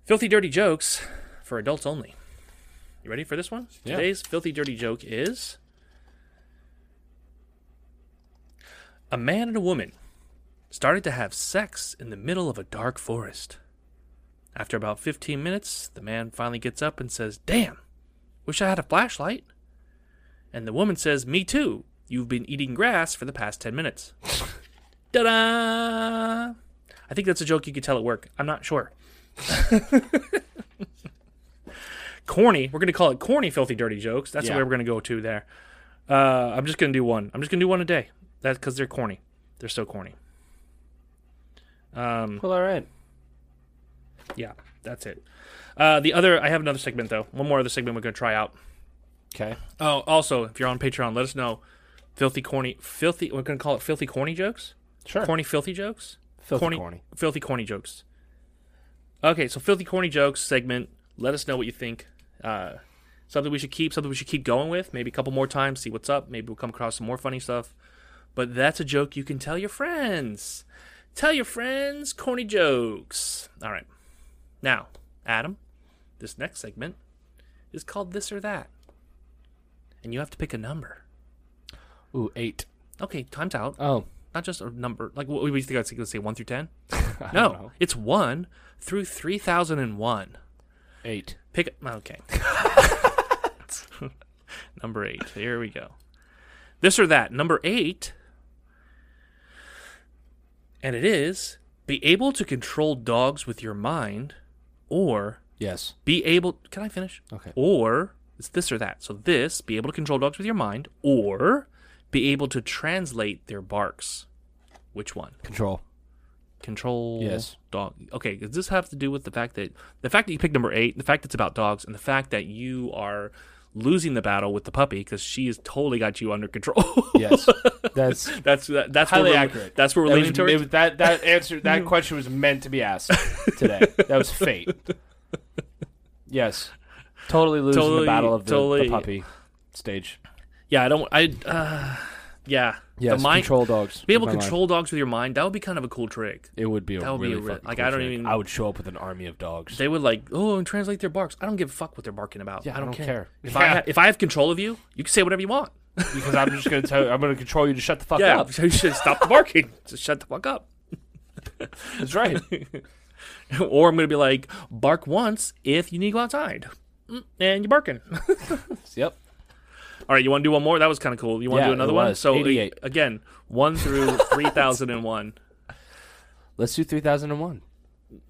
B: filthy dirty jokes for adults only. You ready for this one?
A: Yeah.
B: Today's filthy dirty joke is a man and a woman started to have sex in the middle of a dark forest. After about 15 minutes, the man finally gets up and says, "Damn, wish I had a flashlight." And the woman says, "Me too. You've been eating grass for the past 10 minutes." Ta-da! I think that's a joke you could tell at work. I'm not sure. corny. We're going to call it corny, filthy, dirty jokes. That's
A: Yeah.
B: the way we're going to go to there. Uh, I'm just going to do one. I'm just going to do one a day. That's because they're corny. They're so corny. Um,
A: Mm. Well, all right.
B: yeah, that's it. Uh, the other, I have another segment though. One more other segment we're going to try out.
A: Okay.
B: Oh, also, if you're on Patreon, let us know filthy, corny, filthy. We're going to call it filthy, corny jokes.
A: Sure.
B: Corny, filthy jokes.
A: Filthy
B: corny,
A: corny.
B: filthy, corny jokes. Okay, so filthy, corny jokes segment. Let us know what you think. Uh, something we should keep. Something we should keep going with. Maybe a couple more times. See what's up. Maybe we'll come across some more funny stuff. But that's a joke you can tell your friends. Tell your friends corny jokes. All right. Now, Adam, this next segment is called this or that. And you have to pick a number.
A: Ooh, eight.
B: Okay, time's out.
A: Oh.
B: Not just a number. Like, what what do you think I was going to say? 1 through 10?
A: I don't
B: No,
A: know.
B: it's 1 through 3001.
A: Eight.
B: Pick. Okay. number 8. Here we go. This or that. Number 8 And it is be able to control dogs with your mind or
A: Yes.
B: be able can I finish?
A: Okay.
B: Or it's this or that. So this, be able to control dogs with your mind or be able to translate their barks. Which one?
A: Control.
B: Control
A: Yes.
B: dog. Okay, does this have to do with the fact that the fact that you picked number 8, the fact it's about dogs and the fact that you are losing the battle with the puppy cuz she has totally got you under control.
A: Yes. That's
B: That's that, that's
A: highly
B: where we're-
A: accurate.
B: That's where we're
A: That
B: leaning
A: was-
B: towards.
A: it was- that that answer that question was meant to be asked today. That was fate. Yes. Totally losing
B: Totally-
A: the battle of the, the
B: totally-
A: puppy stage.
B: yeah, I don't. I uh, yeah.
A: Yes.
B: the mind,
A: control dogs.
B: be able
A: with
B: to
A: my mind.
B: control dogs with your mind. That would be kind of a cool trick.
A: It would be a
B: That would be
A: really
B: a re-
A: fucking
B: like,
A: cool
B: I don't
A: trick.
B: even-
A: I would show up with an army of dogs.
B: They would like, oh, and translate their barks. I don't give a fuck what their barking about.
A: Yeah,
B: I don't, care. If I
A: Yeah.
B: ha- if I have control of you, you can say whatever you want.
A: because I'm just gonna tell. I'm gonna control you to shut the fuck
B: Yeah,
A: up.
B: you should stop the barking. Just shut the fuck up.
A: That's right.
B: or I'm gonna be like, bark once if you need to go outside, Mm, and you're barking.
A: yep.
B: All right, you want to do one more? That was kind of cool. You want
A: Yeah,
B: to do another
A: it
B: one?
A: was.
B: So
A: 88.
B: again, one through three thousand and one.
A: Let's do 3001.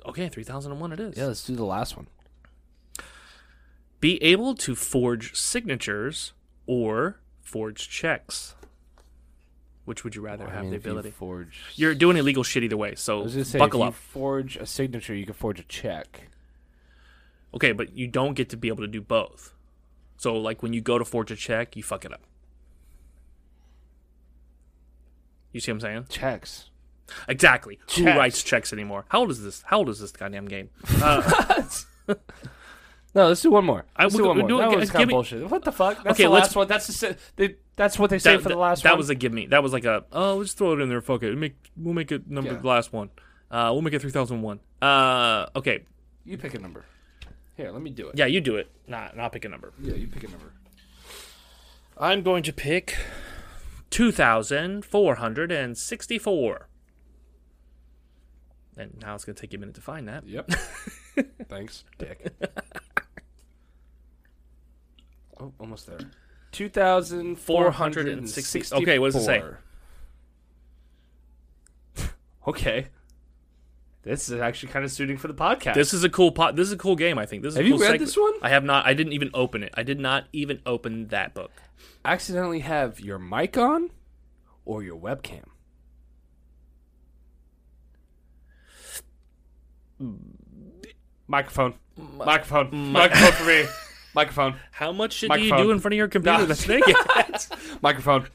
B: Okay, three thousand and one. It is.
A: Yeah, let's do the last one.
B: be able to forge signatures or forge checks. Which would you rather have the
A: if you
B: ability?
A: forge.
B: You are doing illegal shit either way, so
A: I was gonna say,
B: buckle
A: if you
B: up.
A: forge a signature, you can forge a check.
B: Okay, but you don't get to be able to do both. So, like when you go to forge a check, you fuck it up. You see what I'm saying?
A: Checks.
B: Exactly. Who
A: Checks.
B: writes checks anymore? How old is this? How old is this goddamn game?
A: No, let's do one more.
B: I-
A: Let's
B: we
A: do
B: could-
A: one more.
B: do it
A: that
B: again.
A: was
B: Give
A: kind of
B: me-
A: bullshit. What the fuck? That's
B: Okay,
A: the
B: let's-
A: last one. That's the. se- They, that's what they say for the last
B: that one. was a give me. That was like a oh, let's throw it in there. Fuck it. Make, we'll make it number
A: Yeah.
B: the last one. Uh, we'll make it three thousand one. Uh, okay.
A: You pick a number. Here, let me do it.
B: Yeah, you do it. Not, not pick a number.
A: Yeah, you pick a number.
B: I'm going to pick 2,464. And now it's going to take you a minute to find that.
A: Yep. Thanks, Dick. oh, almost there. 2,460.
B: Okay, what does it say?
A: okay. This is actually kind of suiting for the podcast.
B: This is a cool pot. This is a cool game. I think. This is
A: Have
B: a
A: you
B: cool
A: read
B: segment.
A: this one?
B: I have not. I didn't even open it. I did not even open that book.
A: accidentally have your mic on or your webcam. Microphone. Microphone. Microphone for me. Microphone.
B: How much shit do you do
A: Microphone.
B: in front of your computer
A: No.
B: that's naked?
A: Microphone.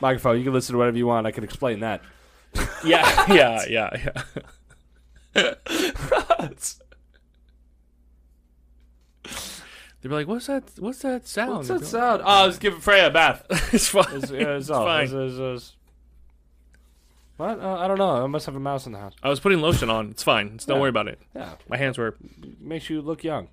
A: Microphone. You can listen to whatever you want. I can explain that.
B: yeah, yeah, yeah, yeah. They're like, "What's that? What's that sound?"
A: What's that sound? Oh, I was giving Freya a bath.
B: it's fine.
A: It's, yeah, it's all.
B: fine.
A: It's- it's- it's- What? Uh, I don't know. I must have a mouse in the house.
B: I was putting lotion on. It's fine. It's, don't
A: Yeah.
B: worry about it.
A: Yeah,
B: My hands were.
A: makes you look young.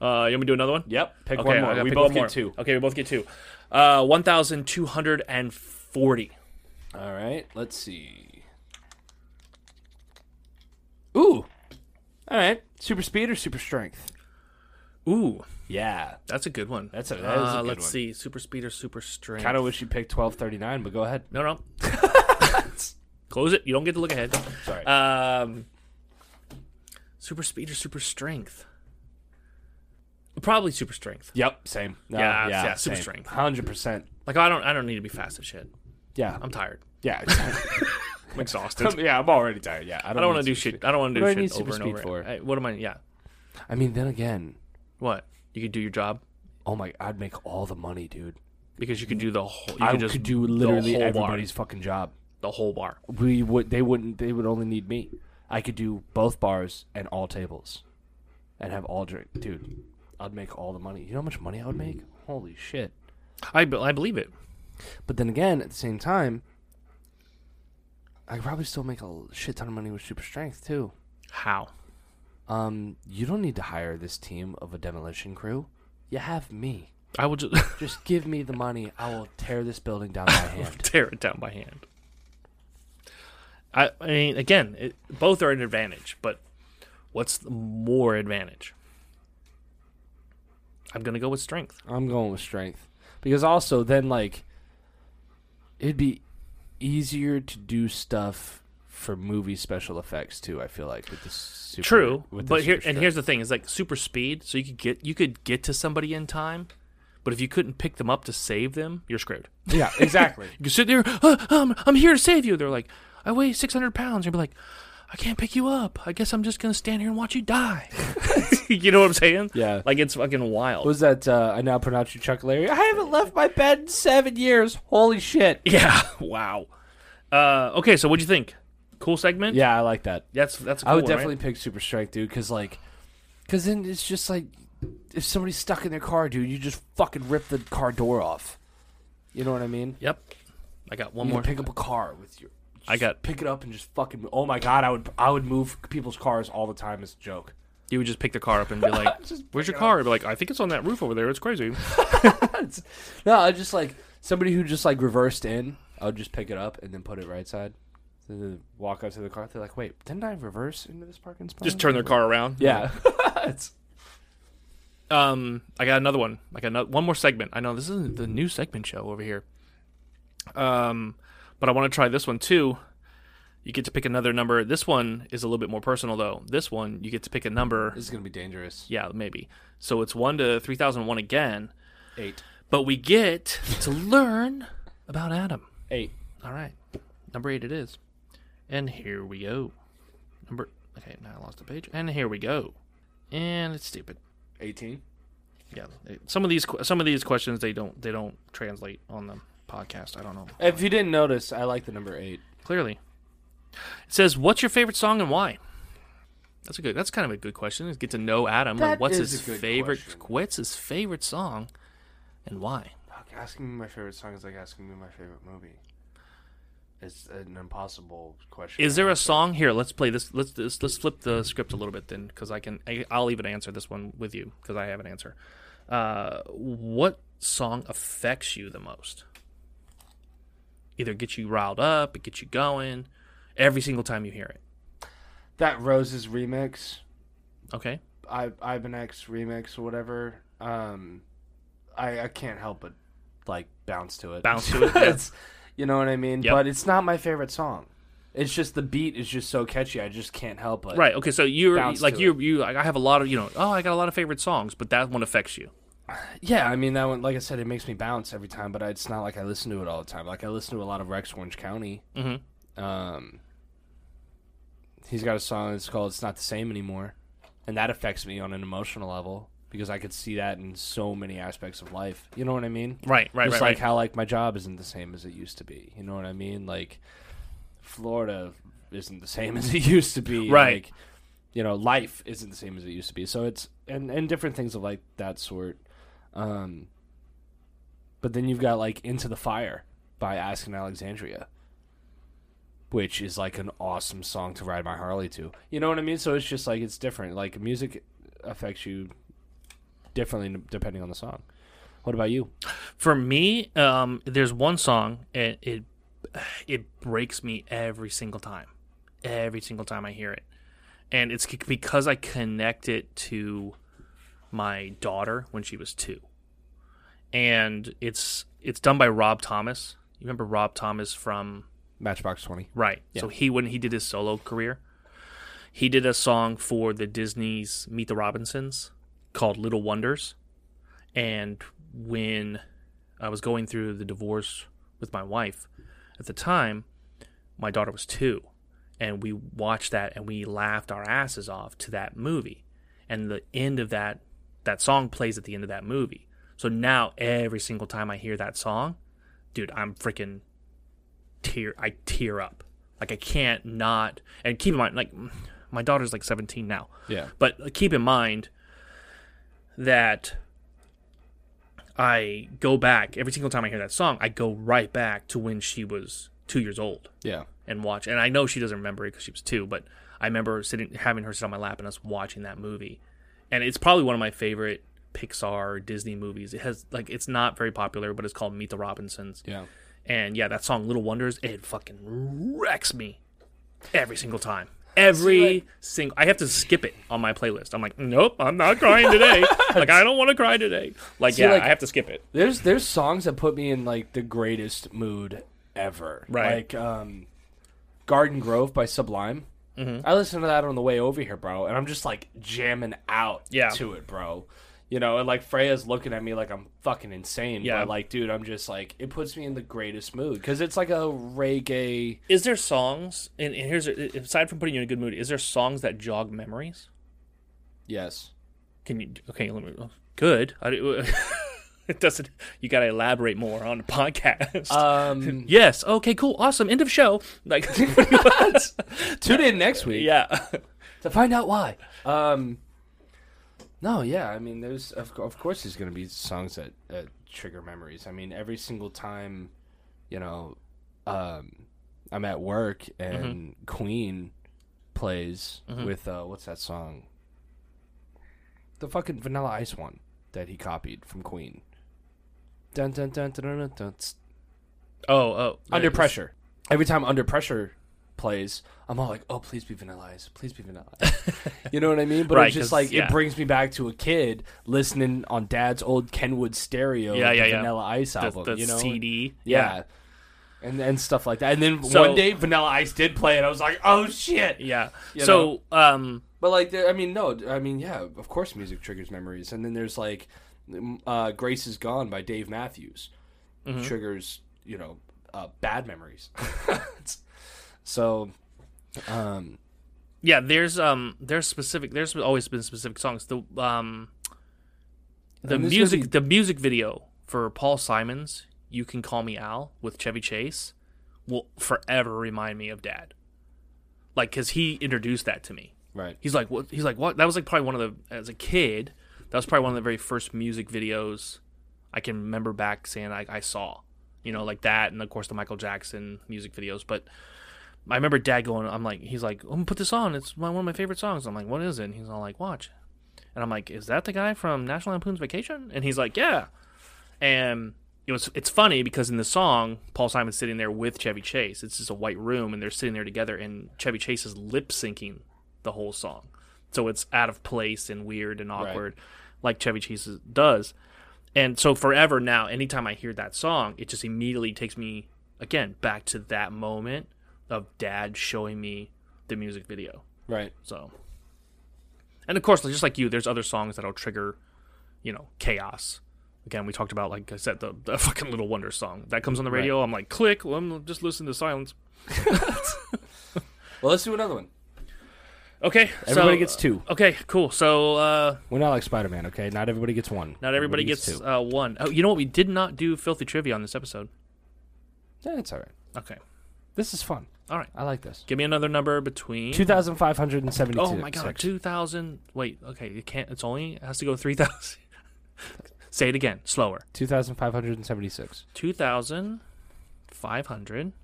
B: Uh, you want me to do another one?
A: Yep. Pick
B: Okay,
A: one
B: I gotta
A: more. We
B: pick
A: both
B: one
A: get
B: more.
A: two.
B: Okay, we both get two. Uh, one thousand two hundred and forty.
A: All right. Let's see. Ooh. All right. Super speed or super strength?
B: Ooh,
A: Yeah.
B: that's a good one.
A: That's a- that is a
B: Uh,
A: good
B: let's
A: one.
B: see, super speed or super strength?
A: Kind of wish you picked twelve thirty nine, but go ahead.
B: No, no. Close it. You don't get to look ahead.
A: Sorry.
B: Um, super speed or super strength? Probably super strength.
A: yep. Same. No,
B: yeah, yeah, super strength.
A: Hundred percent.
B: Like I don't, I don't need to be fast as shit.
A: Yeah.
B: I'm tired.
A: yeah.
B: I'm exhausted.
A: yeah. I'm already tired. Yeah.
B: I don't want to do shit. I don't want to
A: What do I
B: do
A: need
B: shit
A: super
B: over and
A: speed
B: over.
A: for?
B: I- what am I? Yeah.
A: I mean, then again,
B: What? You could do your job
A: oh my, I'd make all the money, dude.
B: because you could do the whole. You
A: I
B: could just
A: could do literally
B: the whole
A: everybody's fucking job.
B: bar. The whole bar.
A: We would, they wouldn't, they would only need me. I could do both bars and all tables, and have all drink, dude. I'd make all the money. You know how much money I would make? Holy shit!
B: I, be- I believe it.
A: But then again, at the same time, I could probably still make a shit ton of money with super strength too.
B: How?
A: Um, you don't need to hire this team of a demolition crew. You have me.
B: I will just
A: Just give me the money. I will tear this building down by hand.
B: tear it down by hand. I, I mean, again, it, both are an advantage, but what's the more advantage? I'm gonna go with strength.
A: I'm going with strength because also then like it'd be easier to do stuff for movie special effects too. I feel like with the super,
B: True,
A: with the
B: but here
A: super
B: and
A: strip.
B: here's the thing: is like super speed, so you could get you could get to somebody in time, but if you couldn't pick them up to save them, you're screwed.
A: yeah, exactly.
B: You can sit there, "Uh, um, I'm here to save you. They're like, I weigh 600 pounds. You'd be like, I can't pick you up. I guess I'm just gonna stand here and watch you die. you know what I'm saying?
A: Yeah.
B: Like it's fucking wild.
A: What was that uh, I now pronounce you Chuck Larry? I haven't left my bed in seven years. Holy shit!
B: yeah. Wow. Uh, okay, so what'd you think? Cool segment.
A: Yeah, I like that.
B: That's that's. a Cool
A: I would
B: one, right?
A: definitely pick Super Strike, dude, because like, because then it's just like, if somebody's stuck in their car, dude, you just fucking rip the car door off. You know what I mean?
B: Yep. I got one
A: You
B: more.
A: can pick up a car with your.
B: I got.
A: Pick it up and just fucking. Oh my god, I would I would move people's cars all the time as a joke.
B: You would just pick the car up and be like, "Where's your car?" I'd be like, "I think it's on that roof over there. It's crazy."
A: No, I just like somebody who just like reversed in. I would just pick it up and then put it right side. Then they walk up to the car. They're like, "Wait, didn't I reverse into this parking spot?"
B: Just turn their car around.
A: Yeah, It's-
B: Um, I got another one. I got another, one more segment. I know this isn't the new segment show over here. Um, but I want to try this one too. You get to pick another number. This one is a little bit more personal though. This one you get to pick a number.
A: this is gonna be dangerous.
B: Yeah, maybe. So it's one to three thousand one again.
A: Eight,
B: But we get to learn about Adam.
A: eight.
B: All right, number eight it is, and here we go. Number okay, now I lost the page, and here we go, and it's stupid.
A: 18.
B: Yeah, it- some of these que- some of these questions they don't they don't translate on the podcast. I don't know.
A: If you didn't notice, I like the number eight.
B: Clearly, it says, "What's your favorite song and why?" That's a good. That's kind of a good question. Is get to know Adam.
A: That
B: and what's
A: is
B: his
A: a good
B: favorite?
A: question.
B: What's his favorite song, and why?
A: Asking me my favorite song is like asking me my favorite movie. It's an impossible question.
B: Is there a song here? Let's play this. Let's let's, let's flip the script a little bit then, because I can. I, I'll even answer this one with you because I have an answer. Uh, what song affects you the most? Either gets you riled up, it gets you going, every single time you hear it.
A: that Roses remix,
B: Okay,
A: I Ivan X remix or whatever? Um, I I can't help but like bounce to it.
B: Bounce to it, yeah.
A: it's, you know what I mean.
B: Yep.
A: But it's not my favorite song. It's just the beat is just so catchy. I just can't help but
B: right. Okay, so you're
A: Bounce
B: like
A: to
B: you you. Like, I have a lot of you know. Oh, I got a lot of favorite songs, but that one affects you.
A: Yeah, I mean that one. Like I said, it makes me bounce every time, but it's not like I listen to it all the time. Like I listen to a lot of Rex Orange County. Mm-hmm. Um, he's got a song that's called "It's Not the Same Anymore," and that affects me on an emotional level because I could see that in so many aspects of life. You know what I mean?
B: Right, right,
A: Just
B: right,
A: like
B: right.
A: how like my job isn't the same as it used to be. You know what I mean? Like Florida isn't the same as it used to be.
B: Right.
A: Like, you know, life isn't the same as it used to be. So it's and and different things of like that sort. Um, but then you've got like Into the Fire by Asking Alexandria, which is like an awesome song to ride my Harley to. You know what I mean? So it's just like it's different. Like music affects you differently depending on the song. What about you?
B: For me, um, there's one song and it it breaks me every single time, every single time I hear it, and it's c- because I connect it to my daughter when she was two, and it's it's done by Rob Thomas. You remember Rob Thomas from
A: Matchbox Twenty.
B: Right. So he when he did his solo career, he did a song for the Disney's Meet the Robinsons called Little Wonders. And when I was going through the divorce with my wife at the time, my daughter was 2 and we watched that and we laughed our asses off to that movie. And the end of that that song plays at the end of that movie. So now every single time I hear that song, dude, I'm freaking tear I tear up. Like I can't not and keep in mind like my daughter's like 17 now.
A: Yeah.
B: But keep in mind that I go back every single time I hear that song, I go right back to when she was 2 years old
A: Yeah.
B: and watch. And I know she doesn't remember it because she was two, but I remember sitting, having her sit on my lap and us watching that movie. And it's probably one of my favorite Pixar Disney movies. It has like it's not very popular, but it's called Meet the Robinsons.
A: Yeah.
B: And yeah, that song Little Wonders, it fucking wrecks me every single time. Every single, I have to skip it on my playlist. I'm like, nope, I'm not crying today. like, I don't want to cry today. Like,
A: See,
B: yeah,
A: like-
B: I have to skip it.
A: There's there's songs that put me in like the greatest mood ever.
B: Right.
A: Like um, Garden Grove by Sublime. I listened to that on the way over here, bro, and I'm just like jamming out
B: Yeah.
A: to it, bro. You know, and like Freya's looking at me like I'm fucking insane.
B: Yeah.
A: But like, dude, I'm just like, it puts me in the greatest mood because it's like a reggae.
B: Is there songs? And, and here's a- aside from putting you in a good mood, is there songs that jog memories?
A: Yes.
B: Can you? Okay, let me. oh, Good. I, it doesn't. You got to elaborate more on the podcast.
A: Um,
B: Uh, yes. Okay. Cool. Awesome. End of show. Like.
A: tune in next week
B: yeah.
A: to find out why. Um, no, yeah, I mean, there's of, co- of course there's gonna be songs that, that trigger memories. I mean, every single time, you know, um, I'm at work and Queen plays with uh, what's that song? The fucking Vanilla Ice one that he copied from Queen. Dun dun dun dun dun dun. dun tss.
B: Oh. Oh.
A: Under Pressure. Every time Under Pressure plays, I'm all like, "Oh, please be Vanilla Ice. Please be Vanilla Ice." you know what I mean? But
B: Right,
A: it's just
B: 'cause-
A: like
B: yeah.
A: it brings me back to a kid listening on Dad's old Kenwood stereo,
B: Yeah,
A: the
B: yeah, yeah.
A: Vanilla Ice
B: The,
A: album.
B: the
A: you know,
B: CD.
A: yeah. And, and stuff like that, and then
B: So-
A: one day Vanilla Ice did play it. I was like, "Oh shit!"
B: Yeah.
A: You
B: so. Um.
A: But like, there- I mean, no, I mean, yeah, of course, music triggers memories. And then there's like, mm, uh, "Grace Is Gone" by Dave Matthews Mm-hmm. triggers, you know, uh, bad memories. It's- so, um,
B: Yeah. There's um. There's specific. There's always been specific songs. The um. The
A: And this is gonna
B: music.
A: be-
B: The music video for Paul Simon's "You Can Call Me Al" with Chevy Chase will forever remind me of Dad. Like, cause he introduced that to me.
A: right,
B: He's like, what? He's like, what? That was like probably one of the as a kid. That was probably one of the very first music videos I can remember back saying I, I saw. You know, like that, and of course the Michael Jackson music videos. But I remember Dad going, I'm like, he's like, I'm gonna put this on. It's my, one of my favorite songs. I'm like, what is it? And he's all like, watch. And I'm like, is that the guy from National Lampoon's Vacation? And he's like, yeah. And it was it's funny because in the song, Paul Simon's sitting there with Chevy Chase. It's just a white room, and they're sitting there together, and Chevy Chase is lip syncing the whole song, so it's out of place and weird and awkward, like Chevy Chase is- does. And so forever now, anytime I hear that song, it just immediately takes me again back to that moment of Dad showing me the music video.
A: right,
B: So, and of course, just like you, there's other songs that'll trigger, you know, chaos. Again, we talked about, like I said, the, the fucking Little Wonder song that comes on the radio. I'm like, click. Well, I'm just listening to silence.
A: Well, let's do another one.
B: Okay,
A: Everybody
B: so, uh,
A: gets two.
B: Okay, cool. So uh,
A: We're not like Spider Man, okay? Not everybody gets one.
B: not everybody, gets, uh, one. Oh, you know what? We did not do filthy trivia on this episode.
A: Yeah, it's all right.
B: Okay,
A: This is fun.
B: all right.
A: I like this.
B: Give me another number between.
A: Two thousand five hundred and seventy-two.
B: Oh my god, two thousand. Wait, okay, you can't. It's only it has to go three thousand. Say it again, slower.
A: two thousand five hundred and seventy-six.
B: 2,576.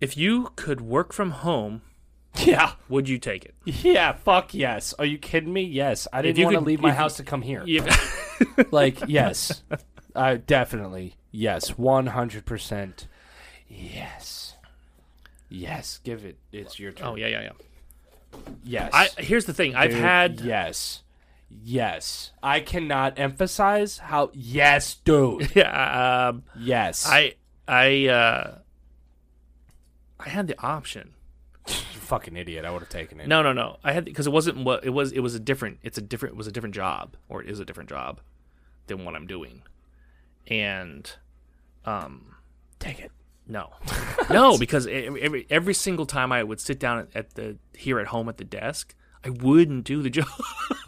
B: If you could work from home,
A: Yeah,
B: would you take it?
A: yeah. Fuck yes. Are you kidding me? Yes. I didn't
B: you
A: want to
B: could-
A: leave my
B: if you-
A: house to come here.
B: If-
A: Like, yes. I definitely. Yes. 100%. Yes. Yes. Give it. It's your turn.
B: oh yeah, yeah, yeah.
A: Yes.
B: Oh. I here's the thing. I've
A: Dude,
B: had
A: Yes. Yes. I cannot emphasize how. Yes, dude.
B: yeah, um,
A: Yes.
B: I I uh, I had the option.
A: You fucking idiot. I would have taken it.
B: No, no, no. I had because it wasn't what it was. It was a different. It's a different. It was a different job, or it is a different job than what I'm doing. And, um,
A: Take it.
B: no, no, because e- every every single time I would sit down at- at the here at home at the desk, I wouldn't do the job.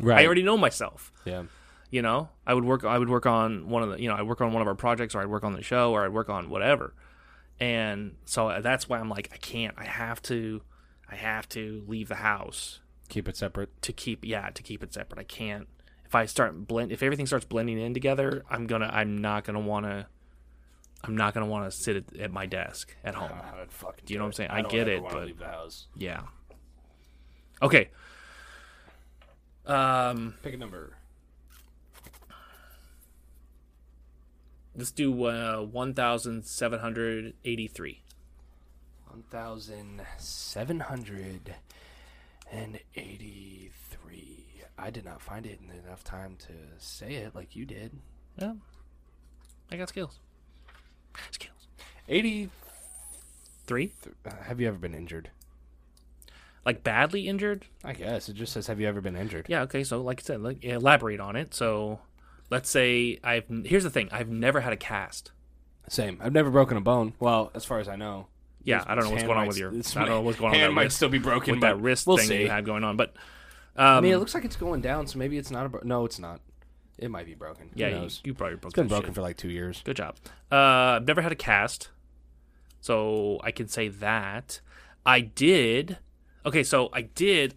A: Right.
B: I already know myself.
A: Yeah.
B: You know, I would work. I would work on one of the. You know, I work on one of our projects, or I'd work on the show, or I'd work on whatever. And so uh, that's why I'm like, I can't. I have to. I have to leave the house
A: Keep it separate.
B: to keep yeah to keep it separate. I can't if I start blend if everything starts blending in together. I'm gonna I'm not gonna want to I'm not gonna want to sit at, at my desk at home.
A: Oh, fucking
B: You know what I'm saying? I, get it, but
A: the house.
B: yeah. Okay. Um,
A: Pick a number.
B: let's do uh, one thousand seven hundred eighty three.
A: 1,783. I did not find it in enough time to say it like you did.
B: Yeah. I got skills. Skills.
A: 80.
B: Three?
A: uh, have you ever been injured?
B: Like badly injured?
A: I guess. It just says, have you ever been injured?
B: Yeah, okay. So, like I said, like, elaborate on it. So, let's say I've. Here's the thing I've never had a cast.
A: Same. I've never broken a bone. Well, as far as I know.
B: Yeah,
A: This-
B: I don't
A: this
B: know what's
A: hand
B: going on
A: might-
B: with your.
A: this
B: I don't know
A: might-
B: what's going on
A: hand
B: with that
A: might
B: wrist,
A: still be broken.
B: with
A: but
B: that wrist
A: we'll
B: thing
A: see.
B: you have going on. But um,
A: I mean, it looks like it's going down, so maybe it's not a. Bro- no, it's not. It might be broken. Who
B: yeah, you,
A: knows?
B: you probably broke
A: it's been
B: that
A: broken
B: shit.
A: for like two years.
B: Good job. Uh, I've never had a cast, so I can say that I did. Okay, so I did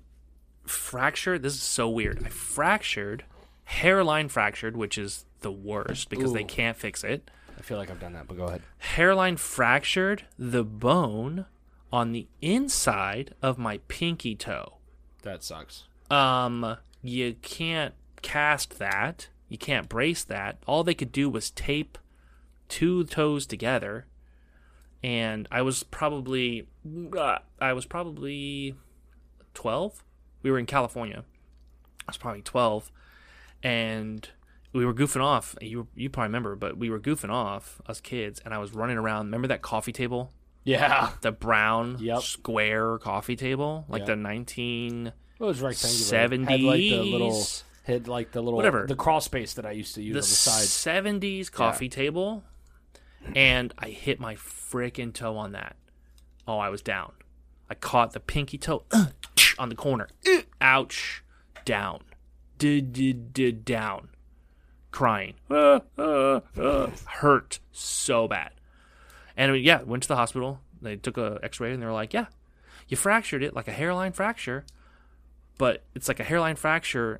B: fracture. This is so weird. I fractured hairline fractured, which is the worst because they
A: Ooh.
B: can't fix it.
A: I feel like I've done that, but go ahead.
B: Hairline fractured the bone on the inside of my pinky toe.
A: That sucks.
B: um you can't cast that you can't brace that all they could do was tape two toes together and i was probably uh, i was probably 12 we were in california i was probably 12 and we were goofing off you you probably remember but we were goofing off us kids and i was running around remember that coffee table
A: Yeah.
B: the brown
A: Yep.
B: square coffee table like
A: Yep.
B: the 19-
A: It was rectangular. Had like the little
B: 70s.
A: had like the little
B: Whatever.
A: the crawl space that I used to use
B: the
A: on the side.
B: 70s coffee table and I hit my frickin' toe on that. Oh, I was down. I caught the pinky toe on the corner. Ouch. Down. D-d-d- Down. Crying. Ah, ah, ah. Hurt so bad. And I mean, yeah, went to the hospital. They took a x-ray and they were like, yeah, you fractured it like a hairline fracture, but it's like a hairline fracture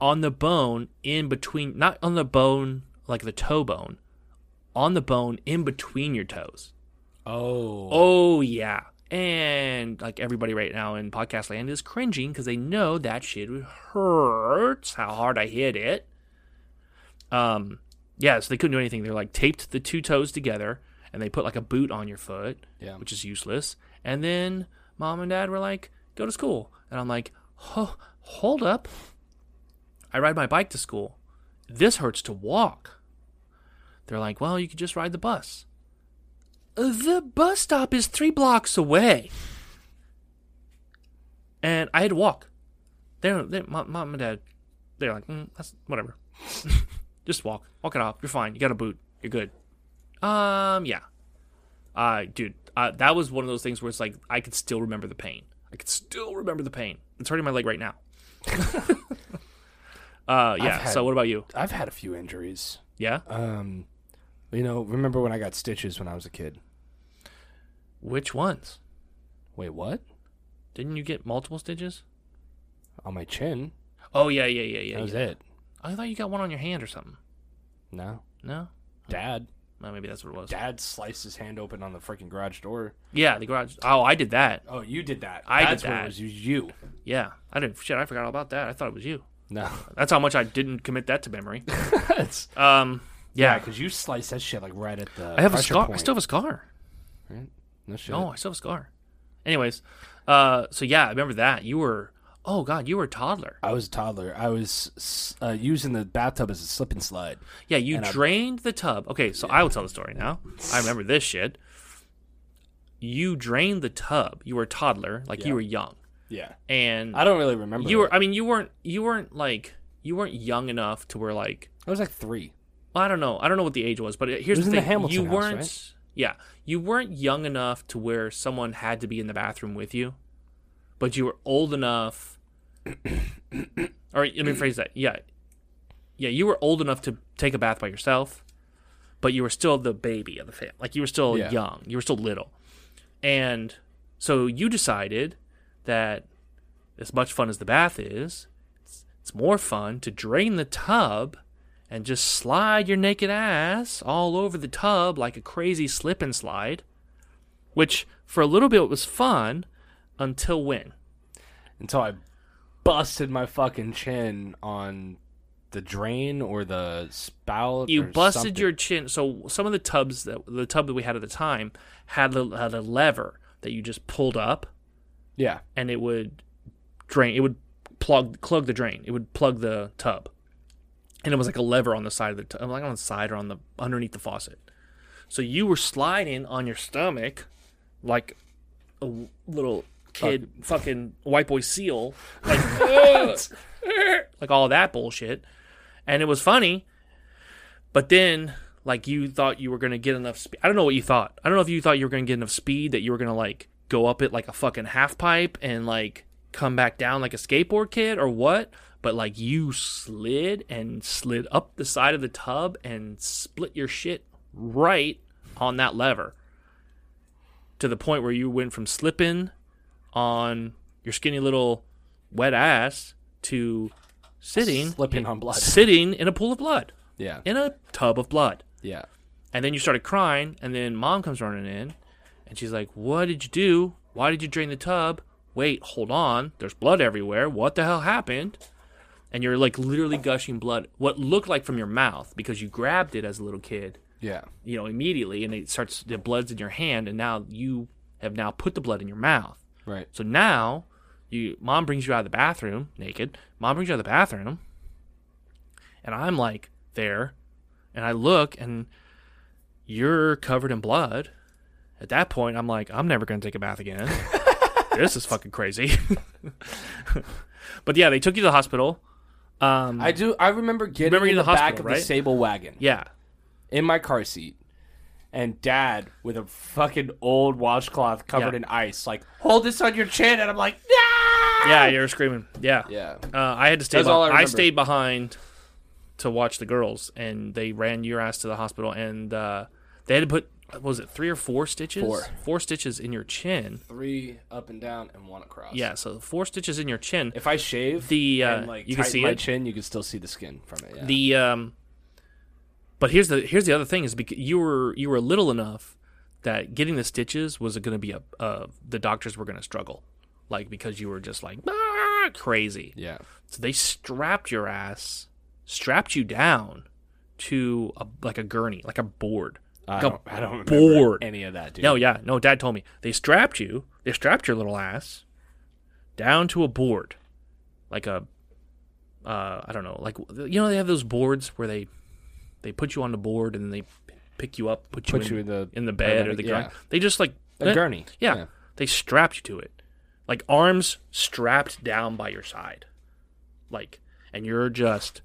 B: on the bone in between, not on the bone like the toe bone, on the bone in between your toes.
A: Oh.
B: Oh yeah. And like everybody right now in podcast land is cringing because they know that shit hurts how hard I hit it. Um, yeah, so they couldn't do anything. They're like taped the two toes together and they put like a boot on your foot,
A: Yeah.
B: which is useless. And then mom and dad were like, go to school. And I'm like, oh, hold up. I ride my bike to school. This hurts to walk. They're like, well, you could just ride the bus. The bus stop is three blocks away. And I had to walk. They don't, they, mom, mom and dad, they're like, mm, that's whatever. Just walk. Walk it off. You're fine. You got a boot. You're good. Um, yeah. Uh, dude, uh, that was one of those things where it's like, I could still remember the pain. I could still remember the pain. It's hurting my leg right now. uh, yeah.
A: had-
B: so what about you?
A: I've had a few injuries.
B: Yeah.
A: Um you know, remember when I got stitches when I was a kid?
B: Which ones?
A: Wait, what?
B: Didn't you get multiple stitches?
A: On my chin?
B: Oh, yeah, yeah, yeah, yeah.
A: that was
B: yeah.
A: it.
B: I thought you got one on your hand or something.
A: No.
B: No?
A: Dad.
B: Well, maybe that's what it was.
A: Dad sliced his hand open on the freaking garage door.
B: Yeah, the garage. Oh, I did that.
A: Oh, you did that.
B: I did
A: That's what
B: that.
A: it was. It was you.
B: Yeah, I didn't. Shit, I forgot all about that. I thought it was you.
A: No.
B: That's how much I didn't commit that to memory.
A: It's-
B: Um, yeah,
A: yeah, because you sliced that shit like right at the
B: I have a
A: pressure
B: scar. I
A: point.
B: still have a scar.
A: Right? No shit.
B: No, I still have a scar. Anyways, uh, so yeah, I remember that. You were. Oh God, you were a toddler.
A: I was a toddler. I was s- uh, using the bathtub as a slip and slide.
B: Yeah, you
A: And I-
B: drained the tub. Okay, so I will tell the story now. I remember this shit. You drained the tub. You were a toddler, like
A: Yeah.
B: you were young,
A: Yeah.
B: and
A: I don't really remember.
B: you were.
A: that.
B: I mean, you weren't. You weren't like. You weren't young enough to where like
A: I was like three.
B: I don't know. I don't know what the age was, but here's
A: It was
B: the
A: in
B: thing:
A: the Hamilton
B: you
A: house,
B: weren't,
A: right?
B: yeah, you weren't young enough to where someone had to be in the bathroom with you, but you were old enough. or let me phrase that: yeah, yeah, you were old enough to take a bath by yourself, but you were still the baby of the family. Like you were still
A: Yeah.
B: young, you were still little, and so you decided that as much fun as the bath is, it's, it's more fun to drain the tub and just slide your naked ass all over the tub like a crazy slip and slide, which for a little bit was fun until when?
A: until I busted my fucking chin on the drain or the spout.
B: You
A: or
B: busted
A: something.
B: your chin. So some of the tubs that the tub that we had at the time had, the, had a lever that you just pulled up
A: yeah.
B: and it would drain. It would plug clog the drain. It would plug the tub, and it was like a lever on the side of the tub, like on the side or on the underneath the faucet. So you were sliding on your stomach, like a w- little kid, fucking white boy seal, like like all that bullshit, and it was funny. But then, like, you thought you were gonna get enough speed. I don't know what you thought. I don't know if you thought you were gonna get enough speed that you were gonna like go up it like a fucking half pipe and like come back down like a skateboard kid or what. But like, you slid and slid up the side of the tub and split your shit right on that lever to the point where you went from slipping on your skinny little wet ass to sitting
A: Slipping on blood.
B: sitting in a pool of blood
A: Yeah.
B: in a tub of blood.
A: Yeah.
B: And then you started crying, and then mom comes running in, and she's like, What did you do? Why did you drain the tub? Wait, hold on. There's blood everywhere. What the hell happened? And you're like literally gushing blood, what looked like from your mouth because you grabbed it as a little kid,
A: Yeah.
B: you know, immediately, and it starts, the blood's in your hand, and now you have now put the blood in your mouth.
A: Right.
B: So now, you mom brings you out of the bathroom naked. Mom brings you out of the bathroom, and I'm like there, and I look, and you're covered in blood. At that point, I'm like, I'm never gonna take a bath again. this is fucking crazy. but yeah, they took you to the hospital. Um,
A: I do. I remember getting
B: Remember
A: in
B: in
A: the,
B: the
A: back
B: hospital,
A: of the
B: right?
A: Sable wagon
B: yeah,
A: in my car seat, and Dad with a fucking old washcloth covered
B: Yeah.
A: in ice, like hold this on your chin, and I'm like, nah.
B: yeah, you're screaming. Yeah,
A: Yeah.
B: Uh, I had to stay.
A: That's
B: beh-
A: all I
B: I,
A: remember.
B: stayed behind to watch the girls, and they ran your ass to the hospital, and uh, they had to put what was it three or four stitches?
A: Four.
B: Four stitches in your chin.
A: Three up and down and one across.
B: Yeah, so four stitches in your chin.
A: If I shave
B: The uh,
A: and like
B: you can
A: tighten
B: see
A: my
B: it.
A: chin, you can still see the skin from it. Yeah.
B: The um, but here's the here's the other thing is because you were you were little enough that getting the stitches was going to be a uh, the doctors were going to struggle, like because you were just like "Ah," crazy.
A: yeah.
B: So they strapped your ass, strapped you down to a, like a gurney, like a board.
A: I
B: Like
A: don't,
B: a
A: I don't remember
B: board.
A: any of that, dude.
B: No, yeah, no. Dad told me they strapped you. They strapped your little ass down to a board, like a, uh, I don't know, like you know they have those boards where they, they put you on the board and then they pick you up, put you,
A: Put
B: in,
A: you in the-
B: in the bed or
A: paramedic-
B: the
A: yeah.
B: gurney. They just like
A: A gurney,
B: Yeah,
A: yeah.
B: they strapped you to it, like arms strapped down by your side, like, and you're just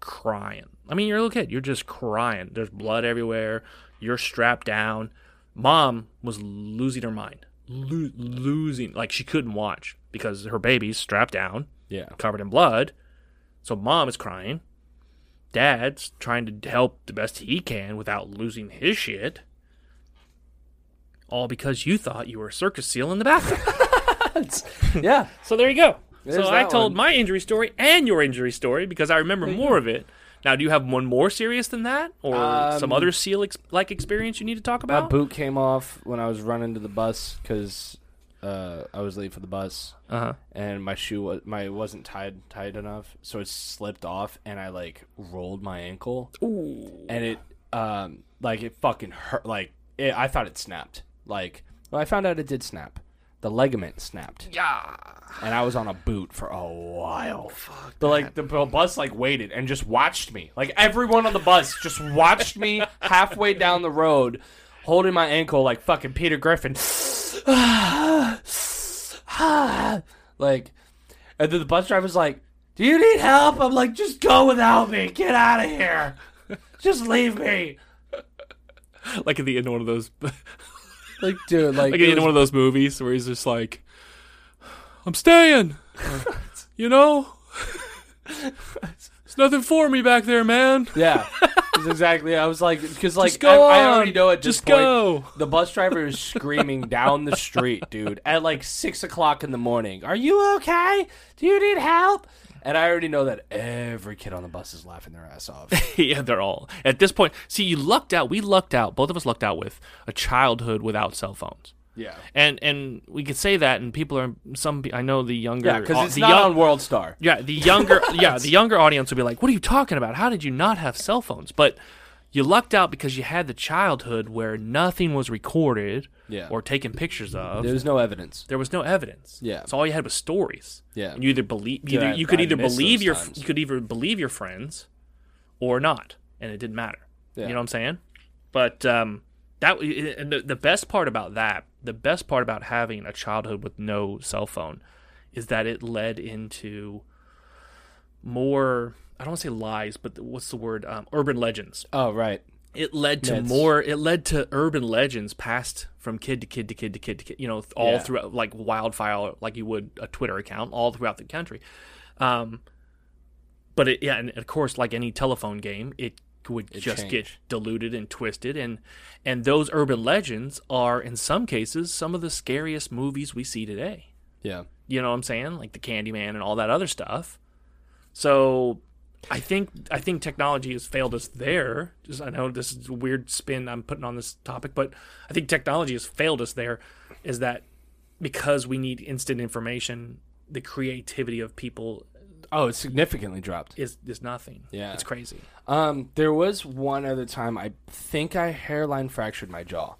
B: crying. I mean, you're a little kid. You're just crying. There's blood everywhere. You're strapped down. Mom was losing her mind, Lo- losing like she couldn't watch because her baby's strapped down,
A: Yeah.
B: covered in blood. So mom is crying. Dad's trying to help the best he can without losing his shit. All because you thought you were a circus seal in the bathroom.
A: yeah.
B: so there you go.
A: There's
B: so I
A: that
B: told
A: one.
B: my injury story and your injury story because I remember more of it. Now, do you have one more serious than that, or some
A: Um, uh,
B: other seal ex- like experience you need to talk
A: My
B: about?
A: boot came off when I was running to the bus because uh, I was late for the bus,
B: Uh-huh.
A: and my shoe was my wasn't tied tight enough, so it slipped off, and I like rolled my ankle, and it um like it fucking hurt. Like it, I thought it snapped. Like well, I found out it did snap. The ligament snapped,
B: Yeah.
A: and I was on a boot for a while. but like the bu- bus like waited and just watched me. Like everyone on the bus just watched me halfway down the road, holding my ankle like fucking Peter Griffin. like, and then the bus driver's like, "Do you need help?" I'm like, "Just go without me. Get out of here. Just leave me."
B: Like at the end of one of those, like
A: Like, dude, like,
B: at the end of one of those movies where he's just like, "I'm staying," you know. There's nothing for me back there, man.
A: yeah, that's exactly. I was like, because like,
B: Just go
A: I, I
B: on.
A: already know at this
B: Just
A: point,
B: go.
A: The bus driver is screaming down the street, dude, at like six o'clock in the morning. Are you okay? Do you need help? And I already know that every kid on the bus is laughing their ass off.
B: yeah, they're all at this point. See, you lucked out. We lucked out. Both of us lucked out with a childhood without cell phones.
A: Yeah,
B: And and we could say that, and people are some. pe- I know the younger, uh,
A: yeah, because it's
B: the
A: not
B: young-
A: on World Star.
B: yeah, the younger, yeah, the younger audience would be like, "What are you talking about? How did you not have cell phones?" But you lucked out because you had the childhood where nothing was recorded
A: Yeah.
B: or taken pictures of.
A: There's no evidence.
B: there was no evidence.
A: Yeah.
B: So all you had was stories.
A: Yeah.
B: And you either believe
A: Dude,
B: either,
A: I-
B: you could
A: I
B: either
A: miss
B: believe
A: those
B: your
A: times.
B: you could either believe your friends or not, and it didn't matter.
A: Yeah.
B: You know what I'm saying? But um, that and the, the best part about that, the best part about having a childhood with no cell phone, is that it led into more. I don't want to say lies, but the- what's the word? Um, urban legends
A: Oh right.
B: it led to
A: Myths.
B: more it led to urban legends passed from kid to kid to kid to kid to kid you know th- all
A: Yeah.
B: throughout like wildfire like you would a twitter account all throughout the country um but it yeah and of course like any telephone game it would just
A: changed.
B: get diluted and twisted and and those urban legends are in some cases some of the scariest movies we see today
A: Yeah.
B: you know what I'm saying? Like the Candyman and all that other stuff. So I think I think technology has failed us there. Just I know this is a weird spin I'm putting on this topic, but I think technology has failed us there is that because we need instant information, the creativity of people
A: Oh, it's significantly dropped.
B: is is nothing.
A: Yeah.
B: It's crazy.
A: Um, there was one other time I think I hairline fractured my jaw.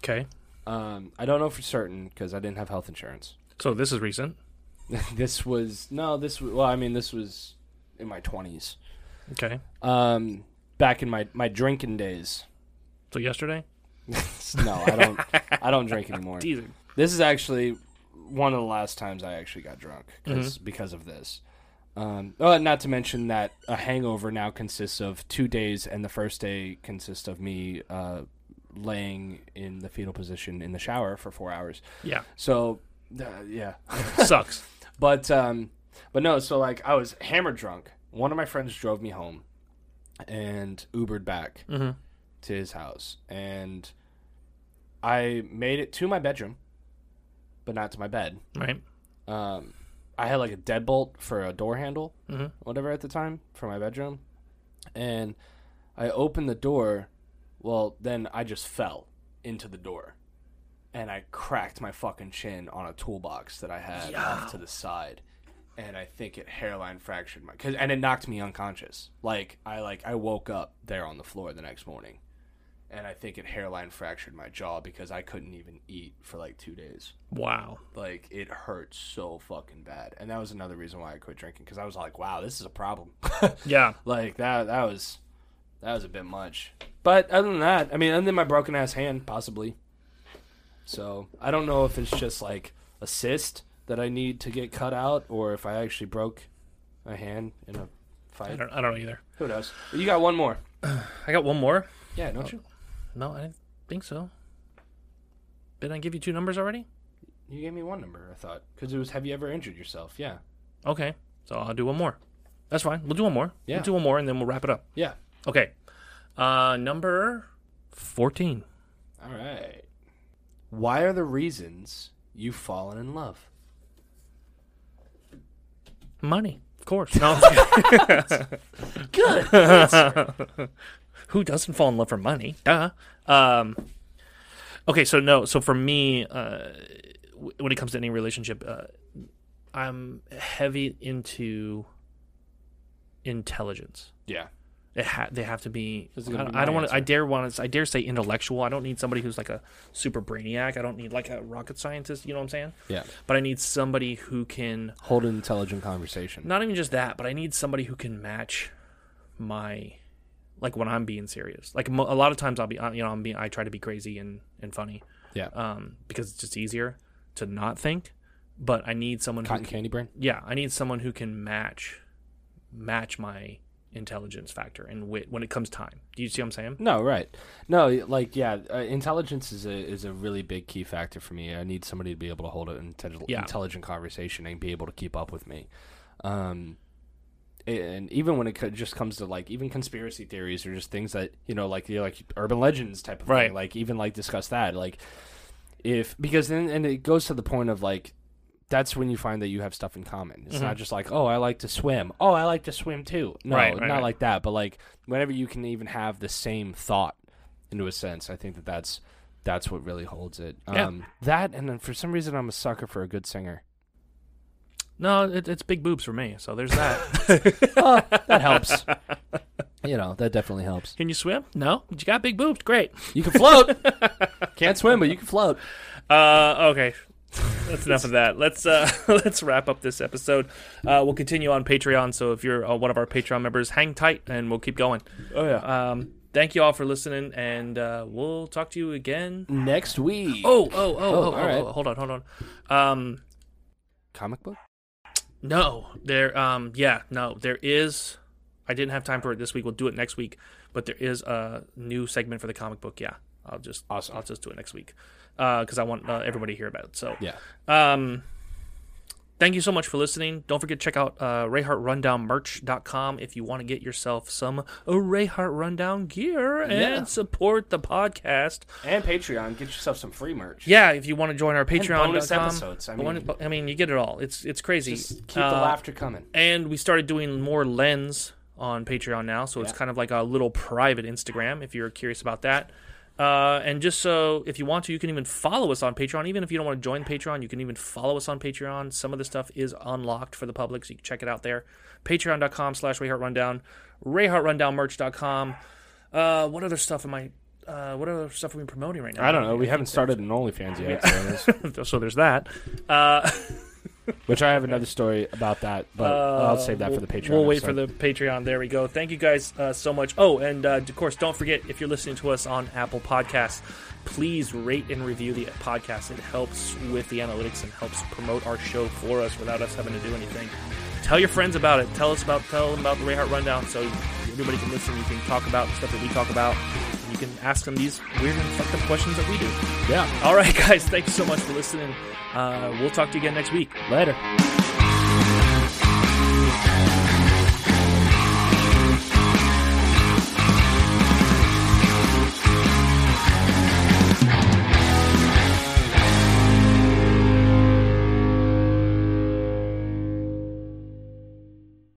B: Okay.
A: Um, I don't know for certain because I didn't have health insurance.
B: So this is recent.
A: this was no, this was well, I mean, this was in my twenties.
B: Okay.
A: Um, back in my my drinking days.
B: So yesterday?
A: no, I don't. I don't drink anymore.
B: Teasing.
A: This is actually one of the last times I actually got drunk 'cause- because of this. Um, oh, and not to mention that a hangover now consists of two days, and the first day consists of me uh, laying in the fetal position in the shower for four hours.
B: Yeah.
A: So, uh, yeah,
B: Sucks.
A: but um, but no. So like, I was hammered drunk. One of my friends drove me home, and Ubered back
B: Mhm.
A: to his house, and I made it to my bedroom, but not to my bed
B: Right.
A: um, I had like a deadbolt for a door handle,
B: Mhm.
A: whatever at the time for my bedroom, and I opened the door. Well, then I just fell into the door, and I cracked my fucking chin on a toolbox that I had off to the side, and I think it hairline fractured my cause, and it knocked me unconscious. Like I like I woke up there on the floor the next morning. And I think it hairline fractured my jaw because I couldn't even eat for like two days
B: Wow.
A: like it hurt so fucking bad and that was another reason why i quit drinking because i was like wow this is a problem
B: Yeah.
A: like that that was that was a bit much but other than that i mean other than my broken ass hand possibly so i don't know if it's just like a cyst that i need to get cut out or if i actually broke a hand in a
B: I
A: fight
B: don't I don't know either.
A: who knows you got one more Oh,
B: I got one more.
A: yeah don't you
B: No, I didn't think so. Didn't I give you two numbers already?
A: you gave me one number i thought because it was have you ever injured yourself yeah
B: Okay, so I'll do one more. That's fine. We'll do one more.
A: Yeah.
B: We'll do one more and then we'll wrap it up.
A: yeah
B: Okay. Uh, number 14.
A: All right. Why are the reasons you've fallen in love?
B: Money. Of course. No. Good. Who doesn't fall in love for money? Duh. Um, okay, so no. So for me, uh, w- when it comes to any relationship, uh, I'm heavy into intelligence.
A: Yeah.
B: it ha- they have to be. I
A: This is gonna
B: don't,
A: be
B: I don't
A: my
B: want to. I dare want to. I dare say intellectual. I don't need somebody who's like a super brainiac. I don't need like a rocket scientist. You know what I'm saying?
A: Yeah.
B: But I need somebody who can
A: Hold an intelligent conversation.
B: not even just that, but I need somebody who can match my like when I'm being serious. Like mo- a lot of times I'll be I- you know I'm being I try to be crazy and and funny
A: Yeah.
B: um because it's just easier to not think. But I need someone who
A: Cotton
B: can,
A: candy brain.
B: yeah, I need someone who can match match my intelligence factor and wit when it comes time. Do you see what I'm saying?
A: No, right. No, like yeah, uh, intelligence is a is a really big key factor for me. I need somebody to be able to hold an intelli-
B: Yeah.
A: intelligent conversation and be able to keep up with me. Um and even when it co- just comes to like even conspiracy theories or just things that you know like you know, like urban legends type of
B: Right.
A: thing like even like discuss that like if because then and it goes to the point of like that's when you find that you have stuff in common it's not just like oh i like to swim oh i like to swim too no
B: Right, right,
A: not
B: right.
A: like that but like whenever you can even have the same thought into a sense i think that that's that's what really holds it
B: Yeah.
A: um that and then for some reason i'm a sucker for a good singer
B: No, it, it's big boobs for me. So there's that.
A: that Oh, helps You know that definitely helps.
B: Can you swim? No. But you got big boobs. Great.
A: You can float. Can't swim, but you can float.
B: Uh, okay. That's enough of that. Let's uh, let's wrap up this episode. Uh, we'll continue on Patreon. So if you're uh, one of our Patreon members, hang tight and we'll keep going.
A: Oh yeah.
B: Um, thank you all for listening, and uh, we'll talk to you again.
A: Next week.
B: Oh, oh, oh, oh, oh,
A: all right.
B: oh, hold on, hold on. Um,
A: comic book.
B: No, there. Um, yeah, no, there is. I didn't have time for it this week. We'll do it next week. But there is a new segment for the comic book. Yeah, I'll just
A: Awesome.
B: I'll just do it next week because I want uh, everybody to hear about it. So
A: Yeah.
B: um, thank you so much for listening. Don't forget to check out uh, RayhartRundownMerch.com if you want to get yourself some Rayhart Rundown gear and
A: Yeah.
B: support the podcast.
A: And Patreon. Get yourself some free merch.
B: Yeah, if you want to join our Patreon
A: bonus episodes. I mean-
B: I mean, you get it all. It's it's crazy.
A: Just keep the
B: Uh,
A: laughter coming.
B: and we started doing more lens on patreon now so it's
A: Yeah.
B: kind of like a little private instagram if you're curious about that uh, and just so if you want to you can even follow us on patreon even if you don't want to join patreon you can even follow us on patreon some of the stuff is unlocked for the public so you can check it out there patreon.com slash rayhartrundown rayhartrundownmerch.com uh, what other stuff am i uh, what other stuff are we promoting right now
A: I don't know. We haven't started an OnlyFans yet, so there's-
B: so there's that uh,
A: which I have another story about that, but I'll save that for the Patreon.
B: Uh, We'll wait for
A: episode.
B: the Patreon. There we go. Thank you guys uh, so much. Oh, and uh, of course, don't forget if you're listening to us on Apple Podcasts, please rate and review the podcast. It helps with the analytics and helps promote our show for us without us having to do anything. Tell your friends about it. Tell us about tell them about the Rayhart Rundown so everybody can listen. You can talk about the stuff that we talk about. And you can ask them these weird and fucked up questions that we do.
A: yeah
B: All right, guys. Thanks so much for listening. Uh, we'll talk to you again next week.
A: later.
B: Bye.